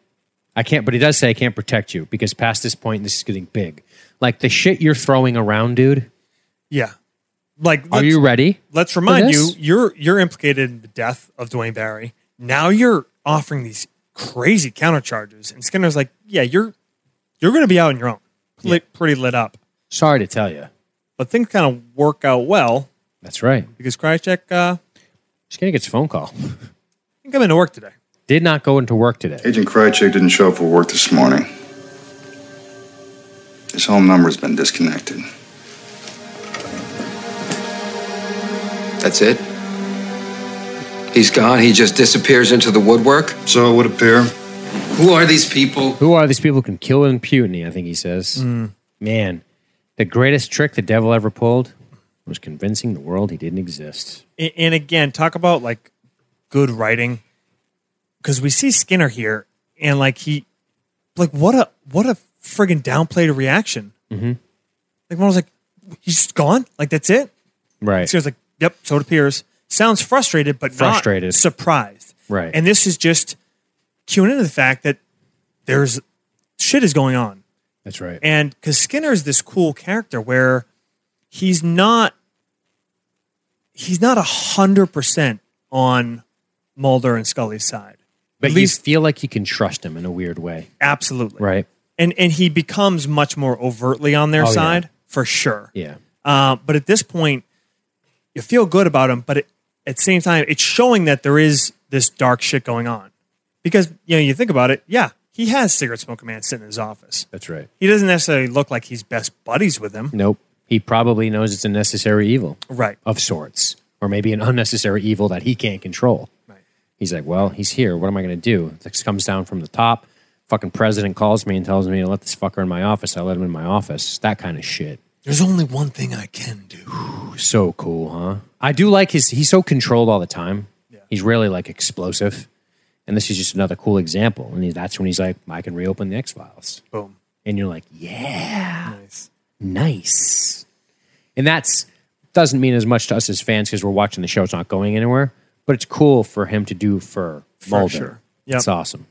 [SPEAKER 1] I can't, but he does say I can't protect you because past this point, this is getting big. Like the shit you're throwing around, dude.
[SPEAKER 2] Yeah. Like
[SPEAKER 1] Are
[SPEAKER 2] let's-
[SPEAKER 1] you ready?
[SPEAKER 2] let's remind you,
[SPEAKER 1] this?
[SPEAKER 2] you're you're implicated in the death of Dwayne Barry. Now you're offering these crazy countercharges, and Skinner's like, "Yeah, you're you're going to be out on your own, Lit, pretty lit up."
[SPEAKER 1] Sorry to tell you.
[SPEAKER 2] But things kind of work out well
[SPEAKER 1] That's right.
[SPEAKER 2] because Krychek, uh, I
[SPEAKER 1] Skinner gets a phone call.
[SPEAKER 2] think I'm into work today.
[SPEAKER 1] Did not go into work today.
[SPEAKER 3] Agent Krychek didn't show up for work this morning. His home number's been disconnected.
[SPEAKER 9] That's it. He's gone. He just disappears into the woodwork.
[SPEAKER 3] So it would appear.
[SPEAKER 9] Who are these people?
[SPEAKER 1] Who are these people who can kill in mutiny? I think he says. Man, the greatest trick the devil ever pulled was convincing the world he didn't exist.
[SPEAKER 2] And, and again, talk about like good writing because we see Skinner here, and like he, like what a what a friggin' downplayed reaction. Like when I was like, "He's just gone. Like that's it."
[SPEAKER 1] Right.
[SPEAKER 2] Sierra's like, yep, so it appears. Sounds frustrated, but
[SPEAKER 1] Frustrated.
[SPEAKER 2] not surprised.
[SPEAKER 1] Right.
[SPEAKER 2] And this is just cueing into the fact that there's shit is going on.
[SPEAKER 1] That's right.
[SPEAKER 2] And because Skinner is this cool character where he's not he's not a hundred percent on Mulder and Scully's side.
[SPEAKER 1] But you feel like you can trust him in a weird way.
[SPEAKER 2] Absolutely.
[SPEAKER 1] Right.
[SPEAKER 2] And and he becomes much more overtly on their
[SPEAKER 1] Oh, yeah.
[SPEAKER 2] side for sure.
[SPEAKER 1] Yeah.
[SPEAKER 2] Uh, but at this point, you feel good about him, but it, at the same time, it's showing that there is this dark shit going on. Because you know, you think about it, yeah, he has cigarette smoking man sitting in his office.
[SPEAKER 1] That's right.
[SPEAKER 2] He doesn't necessarily look like he's best buddies with him,
[SPEAKER 1] Nope. He probably knows it's a necessary evil
[SPEAKER 2] right?
[SPEAKER 1] of sorts, or maybe an unnecessary evil that he can't control. Right. He's like, well, he's here. What am I going to do? This comes down from the top. Fucking president calls me and tells me to let this fucker in my office. I let him in my office. That kind of shit.
[SPEAKER 2] There's only one thing I can do.
[SPEAKER 1] <sighs> So cool, huh? I do like his. He's so controlled all the time. He's really like explosive, and this is just another cool example. And he, that's when he's like, "I can reopen the X Files."
[SPEAKER 2] Boom.
[SPEAKER 1] And you're like, "Yeah, nice, nice." And that's doesn't mean as much to us as fans because we're watching the show; it's not going anywhere. But it's cool for him to do for,
[SPEAKER 2] For
[SPEAKER 1] Mulder.
[SPEAKER 2] sure. Yep.
[SPEAKER 1] It's awesome.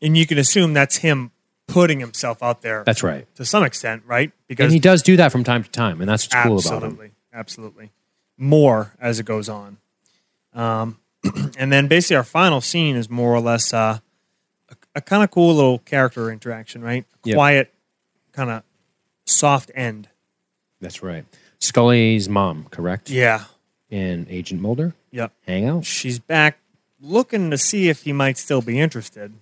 [SPEAKER 2] And you can assume that's him putting himself out there
[SPEAKER 1] That's right.
[SPEAKER 2] to some extent, right?
[SPEAKER 1] and he does do that from time to time, and that's what's cool about him.
[SPEAKER 2] absolutely, absolutely, more as it goes on. Um, <clears throat> and then basically our final scene is more or less uh, a, a kind of cool little character interaction, right?
[SPEAKER 1] Yep.
[SPEAKER 2] Quiet, kind of soft end.
[SPEAKER 1] That's right. Scully's mom, correct?
[SPEAKER 2] Yeah,
[SPEAKER 1] And Agent Mulder
[SPEAKER 2] yep.
[SPEAKER 1] hang out.
[SPEAKER 2] She's back, looking to see if he might still be interested.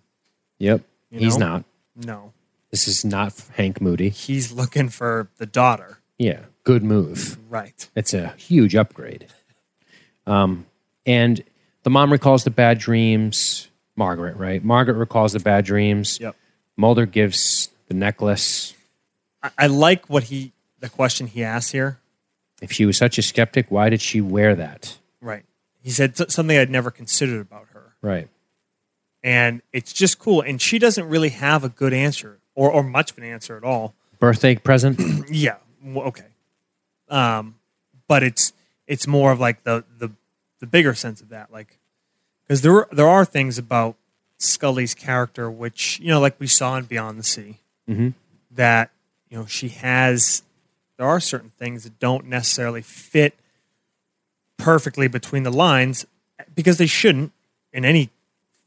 [SPEAKER 1] Yep.
[SPEAKER 2] You
[SPEAKER 1] He's
[SPEAKER 2] know?
[SPEAKER 1] not.
[SPEAKER 2] No,
[SPEAKER 1] This is not Hank Moody.
[SPEAKER 2] he's looking for the daughter.
[SPEAKER 1] Yeah. Good move.
[SPEAKER 2] Right.
[SPEAKER 1] It's a huge upgrade. Um, and the mom recalls the bad dreams. Margaret, right? Margaret recalls the bad dreams.
[SPEAKER 2] Yep.
[SPEAKER 1] Mulder gives the necklace.
[SPEAKER 2] I, I like what he, the question he asks here.
[SPEAKER 1] If she was such a skeptic, why did she wear that?
[SPEAKER 2] Right. He said s- something I'd never considered about her.
[SPEAKER 1] Right.
[SPEAKER 2] and it's just cool. And she doesn't really have a good answer or, or much of an answer at all.
[SPEAKER 1] Birthday present.
[SPEAKER 2] yeah, w- okay. Um, but it's it's more of like the the the bigger sense of that, like because there were- there are things about Scully's character which you know, like we saw in Beyond the Sea,
[SPEAKER 1] Mhm.
[SPEAKER 2] that you know she has. There are certain things that don't necessarily fit perfectly between the lines eh, because they shouldn't in any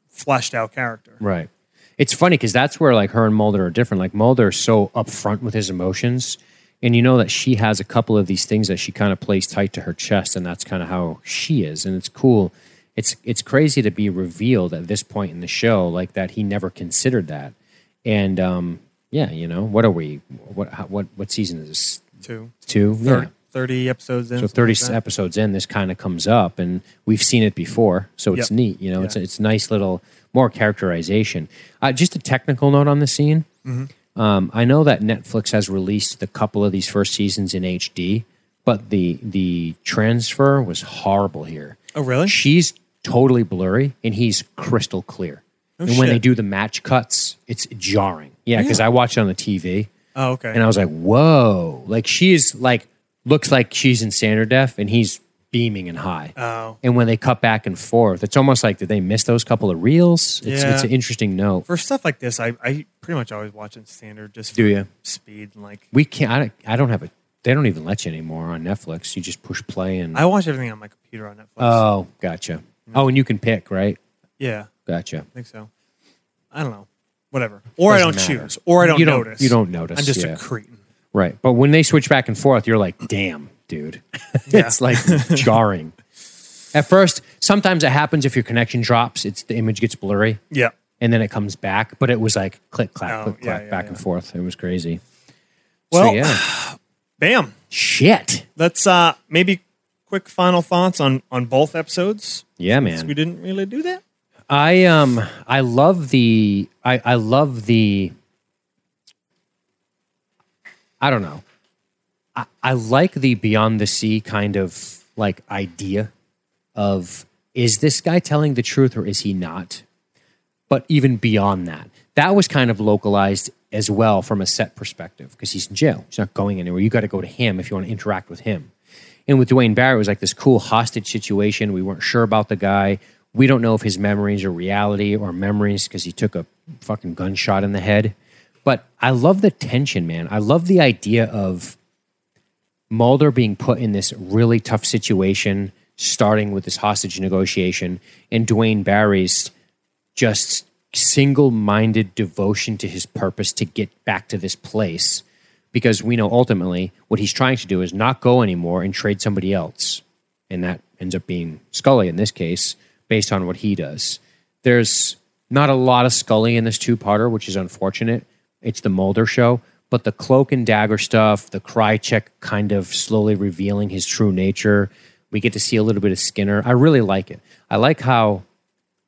[SPEAKER 2] fleshed out character.
[SPEAKER 1] Right. It's funny because that's where like her and Mulder are different. Like Mulder is so upfront with his emotions, and you know that she has a couple of these things that she kind of plays tight to her chest, and that's kind of how she is. And it's cool. It's it's crazy to be revealed at this point in the show, like that he never considered that. And um, yeah, you know what are we? What how, what what season is this?
[SPEAKER 2] Two.
[SPEAKER 1] Two.
[SPEAKER 2] Thir-
[SPEAKER 1] Yeah.
[SPEAKER 2] 30 episodes in.
[SPEAKER 1] So
[SPEAKER 2] something
[SPEAKER 1] thirty
[SPEAKER 2] like that.
[SPEAKER 1] episodes in, this kind of comes up, and we've seen it before, so it's
[SPEAKER 2] Yep.
[SPEAKER 1] neat. You know, it's it's nice little more characterization. Uh, just a technical note on the scene.
[SPEAKER 2] Mm-hmm.
[SPEAKER 1] Um, I know that Netflix has released a couple of these first seasons in HD, but the the transfer was horrible here.
[SPEAKER 2] Oh, really?
[SPEAKER 1] She's totally blurry, and he's crystal clear.
[SPEAKER 2] Oh,
[SPEAKER 1] and when they
[SPEAKER 2] shit.
[SPEAKER 1] do the match cuts, it's jarring. Yeah, because I watched it on the TV.
[SPEAKER 2] Oh, okay.
[SPEAKER 1] And I was like, whoa. Like she is like, looks like she's in standard def and he's beaming and high.
[SPEAKER 2] oh.
[SPEAKER 1] And when they cut back and forth, it's almost like, did they miss those couple of reels? It's,
[SPEAKER 2] Yeah.
[SPEAKER 1] it's an interesting note.
[SPEAKER 2] For stuff like this, I, I pretty much always watch in standard just for
[SPEAKER 1] Do ya?
[SPEAKER 2] speed. And like,
[SPEAKER 1] We can't, I don't, I don't have a, they don't even let you anymore on Netflix. You just push play and,
[SPEAKER 2] I watch everything on my computer on Netflix.
[SPEAKER 1] oh, gotcha. Oh, and you can pick, right?
[SPEAKER 2] yeah,
[SPEAKER 1] Gotcha.
[SPEAKER 2] I think so. I don't know. Whatever. Or I don't
[SPEAKER 1] Doesn't matter.
[SPEAKER 2] choose. Or I don't
[SPEAKER 1] You don't-
[SPEAKER 2] notice.
[SPEAKER 1] you don't notice,
[SPEAKER 2] I'm just
[SPEAKER 1] yeah.
[SPEAKER 2] a cretin.
[SPEAKER 1] Right. But when they switch back and forth, you're like, damn, dude. <laughs> it's like
[SPEAKER 2] <laughs>
[SPEAKER 1] jarring. At first, sometimes it happens if your connection drops, it's the image gets blurry.
[SPEAKER 2] Yeah.
[SPEAKER 1] and then it comes back, but it was like click clack,
[SPEAKER 2] Oh,
[SPEAKER 1] click
[SPEAKER 2] yeah,
[SPEAKER 1] clack,
[SPEAKER 2] yeah,
[SPEAKER 1] back and forth. It was crazy.
[SPEAKER 2] Well-
[SPEAKER 1] so, yeah,
[SPEAKER 2] Bam.
[SPEAKER 1] shit,
[SPEAKER 2] Let's uh maybe quick final thoughts on on both episodes.
[SPEAKER 1] yeah,
[SPEAKER 2] Since We
[SPEAKER 1] man.
[SPEAKER 2] didn't really do that.
[SPEAKER 1] I um, I love the, I I love the, I don't know, I I like the beyond the sea kind of like idea of is this guy telling the truth or is he not? But even beyond that, that was kind of localized as well from a set perspective because he's in jail. He's not going anywhere. You got to go to him if you want to interact with him. And with Dwayne Barrett, it was like this cool hostage situation. We weren't sure about the guy. We don't know if his memories are reality or memories because he took a fucking gunshot in the head. But I love the tension, man. I love the idea of Mulder being put in this really tough situation, starting with this hostage negotiation, and Dwayne Barry's just single minded devotion to his purpose to get back to this place. Because we know ultimately what he's trying to do is not go anymore and trade somebody else. And that ends up being Scully in this case, based on what he does. There's not a lot of Scully in this two parter, which is unfortunate. It's the Mulder show, but the cloak and dagger stuff, the Krychek kind of slowly revealing his true nature. We get to see a little bit of Skinner. I really like it. I like how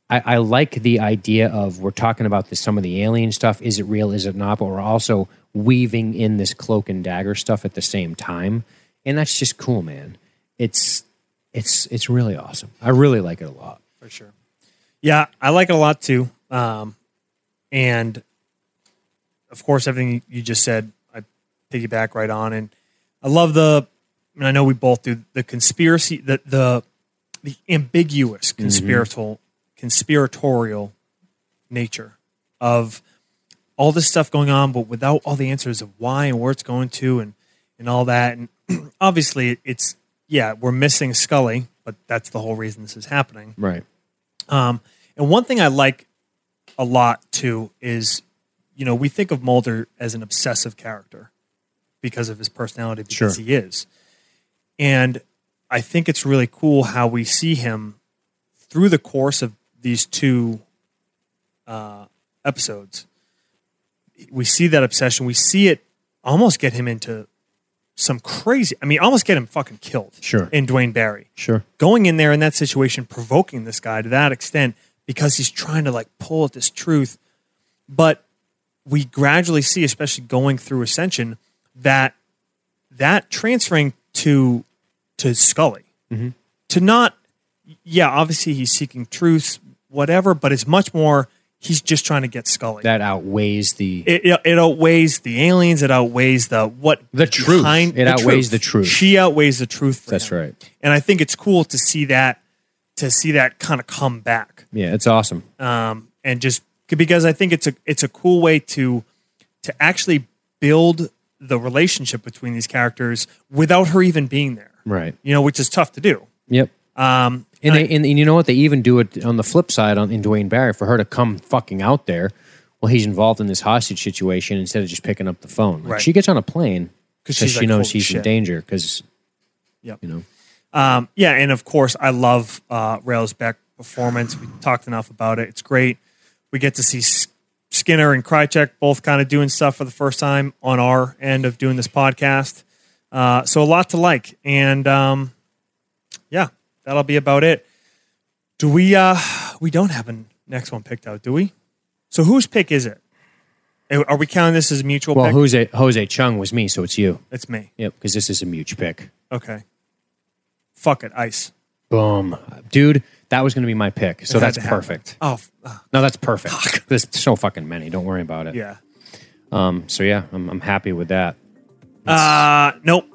[SPEAKER 1] I, I like the idea of we're talking about this, some of the alien stuff. Is it real? Is it not? But we're also weaving in this cloak and dagger stuff at the same time, and that's just cool, man. It's it's it's really awesome. I really like it a lot.
[SPEAKER 2] for sure. Yeah, I like it a lot too. Um, and of course, everything you just said, I piggyback right on. And I love the. I mean, I know we both do the conspiracy, the the the ambiguous conspiratorial conspiratorial nature of all this stuff going on, but without all the answers of why and where it's going to, and and all that. And <clears throat> obviously, it's yeah, we're missing Scully, but that's the whole reason this is happening.
[SPEAKER 1] Right.
[SPEAKER 2] Um, and one thing I like a lot too is, you know, we think of Mulder as an obsessive character because of his personality, because
[SPEAKER 1] Sure.
[SPEAKER 2] he is. And I think it's really cool how we see him through the course of these two uh, episodes. We see that obsession. We see it almost get him into some crazy. I mean, almost get him fucking killed.
[SPEAKER 1] Sure.
[SPEAKER 2] In Dwayne Barry
[SPEAKER 1] Sure.
[SPEAKER 2] going in there in that situation, provoking this guy to that extent because he's trying to like pull at this truth. But we gradually see, especially going through Ascension, that that transferring to to Scully
[SPEAKER 1] Mhm.
[SPEAKER 2] to not, yeah, obviously he's seeking truth, whatever, but it's much more. He's just trying to get Scully.
[SPEAKER 1] That outweighs the
[SPEAKER 2] It, it, it outweighs the aliens. It outweighs the what
[SPEAKER 1] the truth.
[SPEAKER 2] behind
[SPEAKER 1] it outweighs the truth.
[SPEAKER 2] She outweighs the truth. For
[SPEAKER 1] That's
[SPEAKER 2] him.
[SPEAKER 1] right.
[SPEAKER 2] and I think it's cool to see that to see that kind of come back
[SPEAKER 1] Yeah, it's awesome.
[SPEAKER 2] um, and just because I think it's a it's a cool way to to actually build the relationship between these characters without her even being there,
[SPEAKER 1] Right.
[SPEAKER 2] you know, which is tough to do.
[SPEAKER 1] Yep.
[SPEAKER 2] Um,
[SPEAKER 1] And, they, and and you know what? They even do it on the flip side on in Dwayne Barry for her to come fucking out there. Well, he's involved in this hostage situation instead of just picking up the phone. Like,
[SPEAKER 2] Right.
[SPEAKER 1] She gets on a plane
[SPEAKER 2] 'Cause
[SPEAKER 1] because
[SPEAKER 2] she's
[SPEAKER 1] she
[SPEAKER 2] like,
[SPEAKER 1] knows
[SPEAKER 2] "Holy
[SPEAKER 1] he's in
[SPEAKER 2] shit."
[SPEAKER 1] danger. Because
[SPEAKER 2] Yep.
[SPEAKER 1] you know,
[SPEAKER 2] Um, yeah, and of course, I love uh, Rails Beck performance. We talked enough about it. It's great. We get to see S- Skinner and Krychek both kind of doing stuff for the first time on our end of doing this podcast. Uh, so a lot to like, and um, yeah, that'll be about it. Do we? Uh, we don't have a next one picked out, do we? So whose pick is it? Are we counting this as a mutual?
[SPEAKER 1] well,
[SPEAKER 2] pick?
[SPEAKER 1] Jose Jose Chung was me, so it's you.
[SPEAKER 2] It's me.
[SPEAKER 1] Yep. Because this is a huge pick.
[SPEAKER 2] Okay. Fuck it, ice.
[SPEAKER 1] Boom, dude. That was going to be my pick. So
[SPEAKER 2] It had
[SPEAKER 1] that's
[SPEAKER 2] to happen.
[SPEAKER 1] perfect.
[SPEAKER 2] Oh, f- uh,
[SPEAKER 1] No, that's perfect. There's so fucking many. Don't worry about it.
[SPEAKER 2] yeah.
[SPEAKER 1] Um. So yeah, I'm I'm happy with that. <laughs>
[SPEAKER 2] Uh, nope.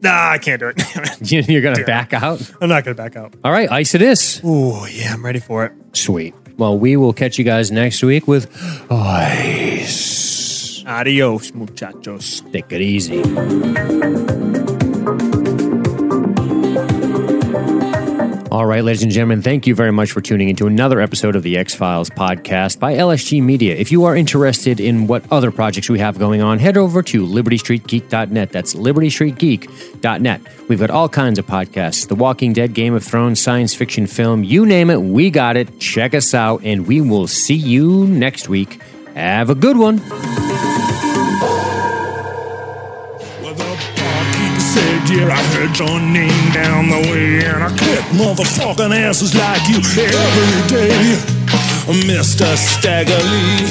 [SPEAKER 2] Nah, I can't do it. <laughs>
[SPEAKER 1] You're gonna back out.
[SPEAKER 2] I'm not going to back out.
[SPEAKER 1] All right, ice it is.
[SPEAKER 2] Ooh, yeah, I'm ready for it.
[SPEAKER 1] Sweet. Well, we will catch you guys next week with ice.
[SPEAKER 2] Adios, muchachos.
[SPEAKER 1] Take it easy. All right, ladies and gentlemen, thank you very much for tuning into another episode of the X Files podcast by LSG Media. If you are interested in what other projects we have going on, head over to libertystreetgeek.net. That's libertystreetgeek.net. We've got all kinds of podcasts The Walking Dead, Game of Thrones, science fiction film, you name it, we got it. Check us out, and we will see you next week. Have a good one.
[SPEAKER 5] Well, the barkeep said, yeah, I heard your name down the way, and I kick motherfucking asses like you every day, Mr. Staggerly.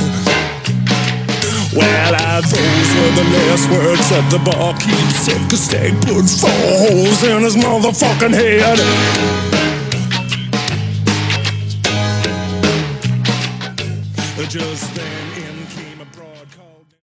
[SPEAKER 5] Well, I, those were the last words that the barkeep said, cause Stag put four holes in his motherfucking head. Just then.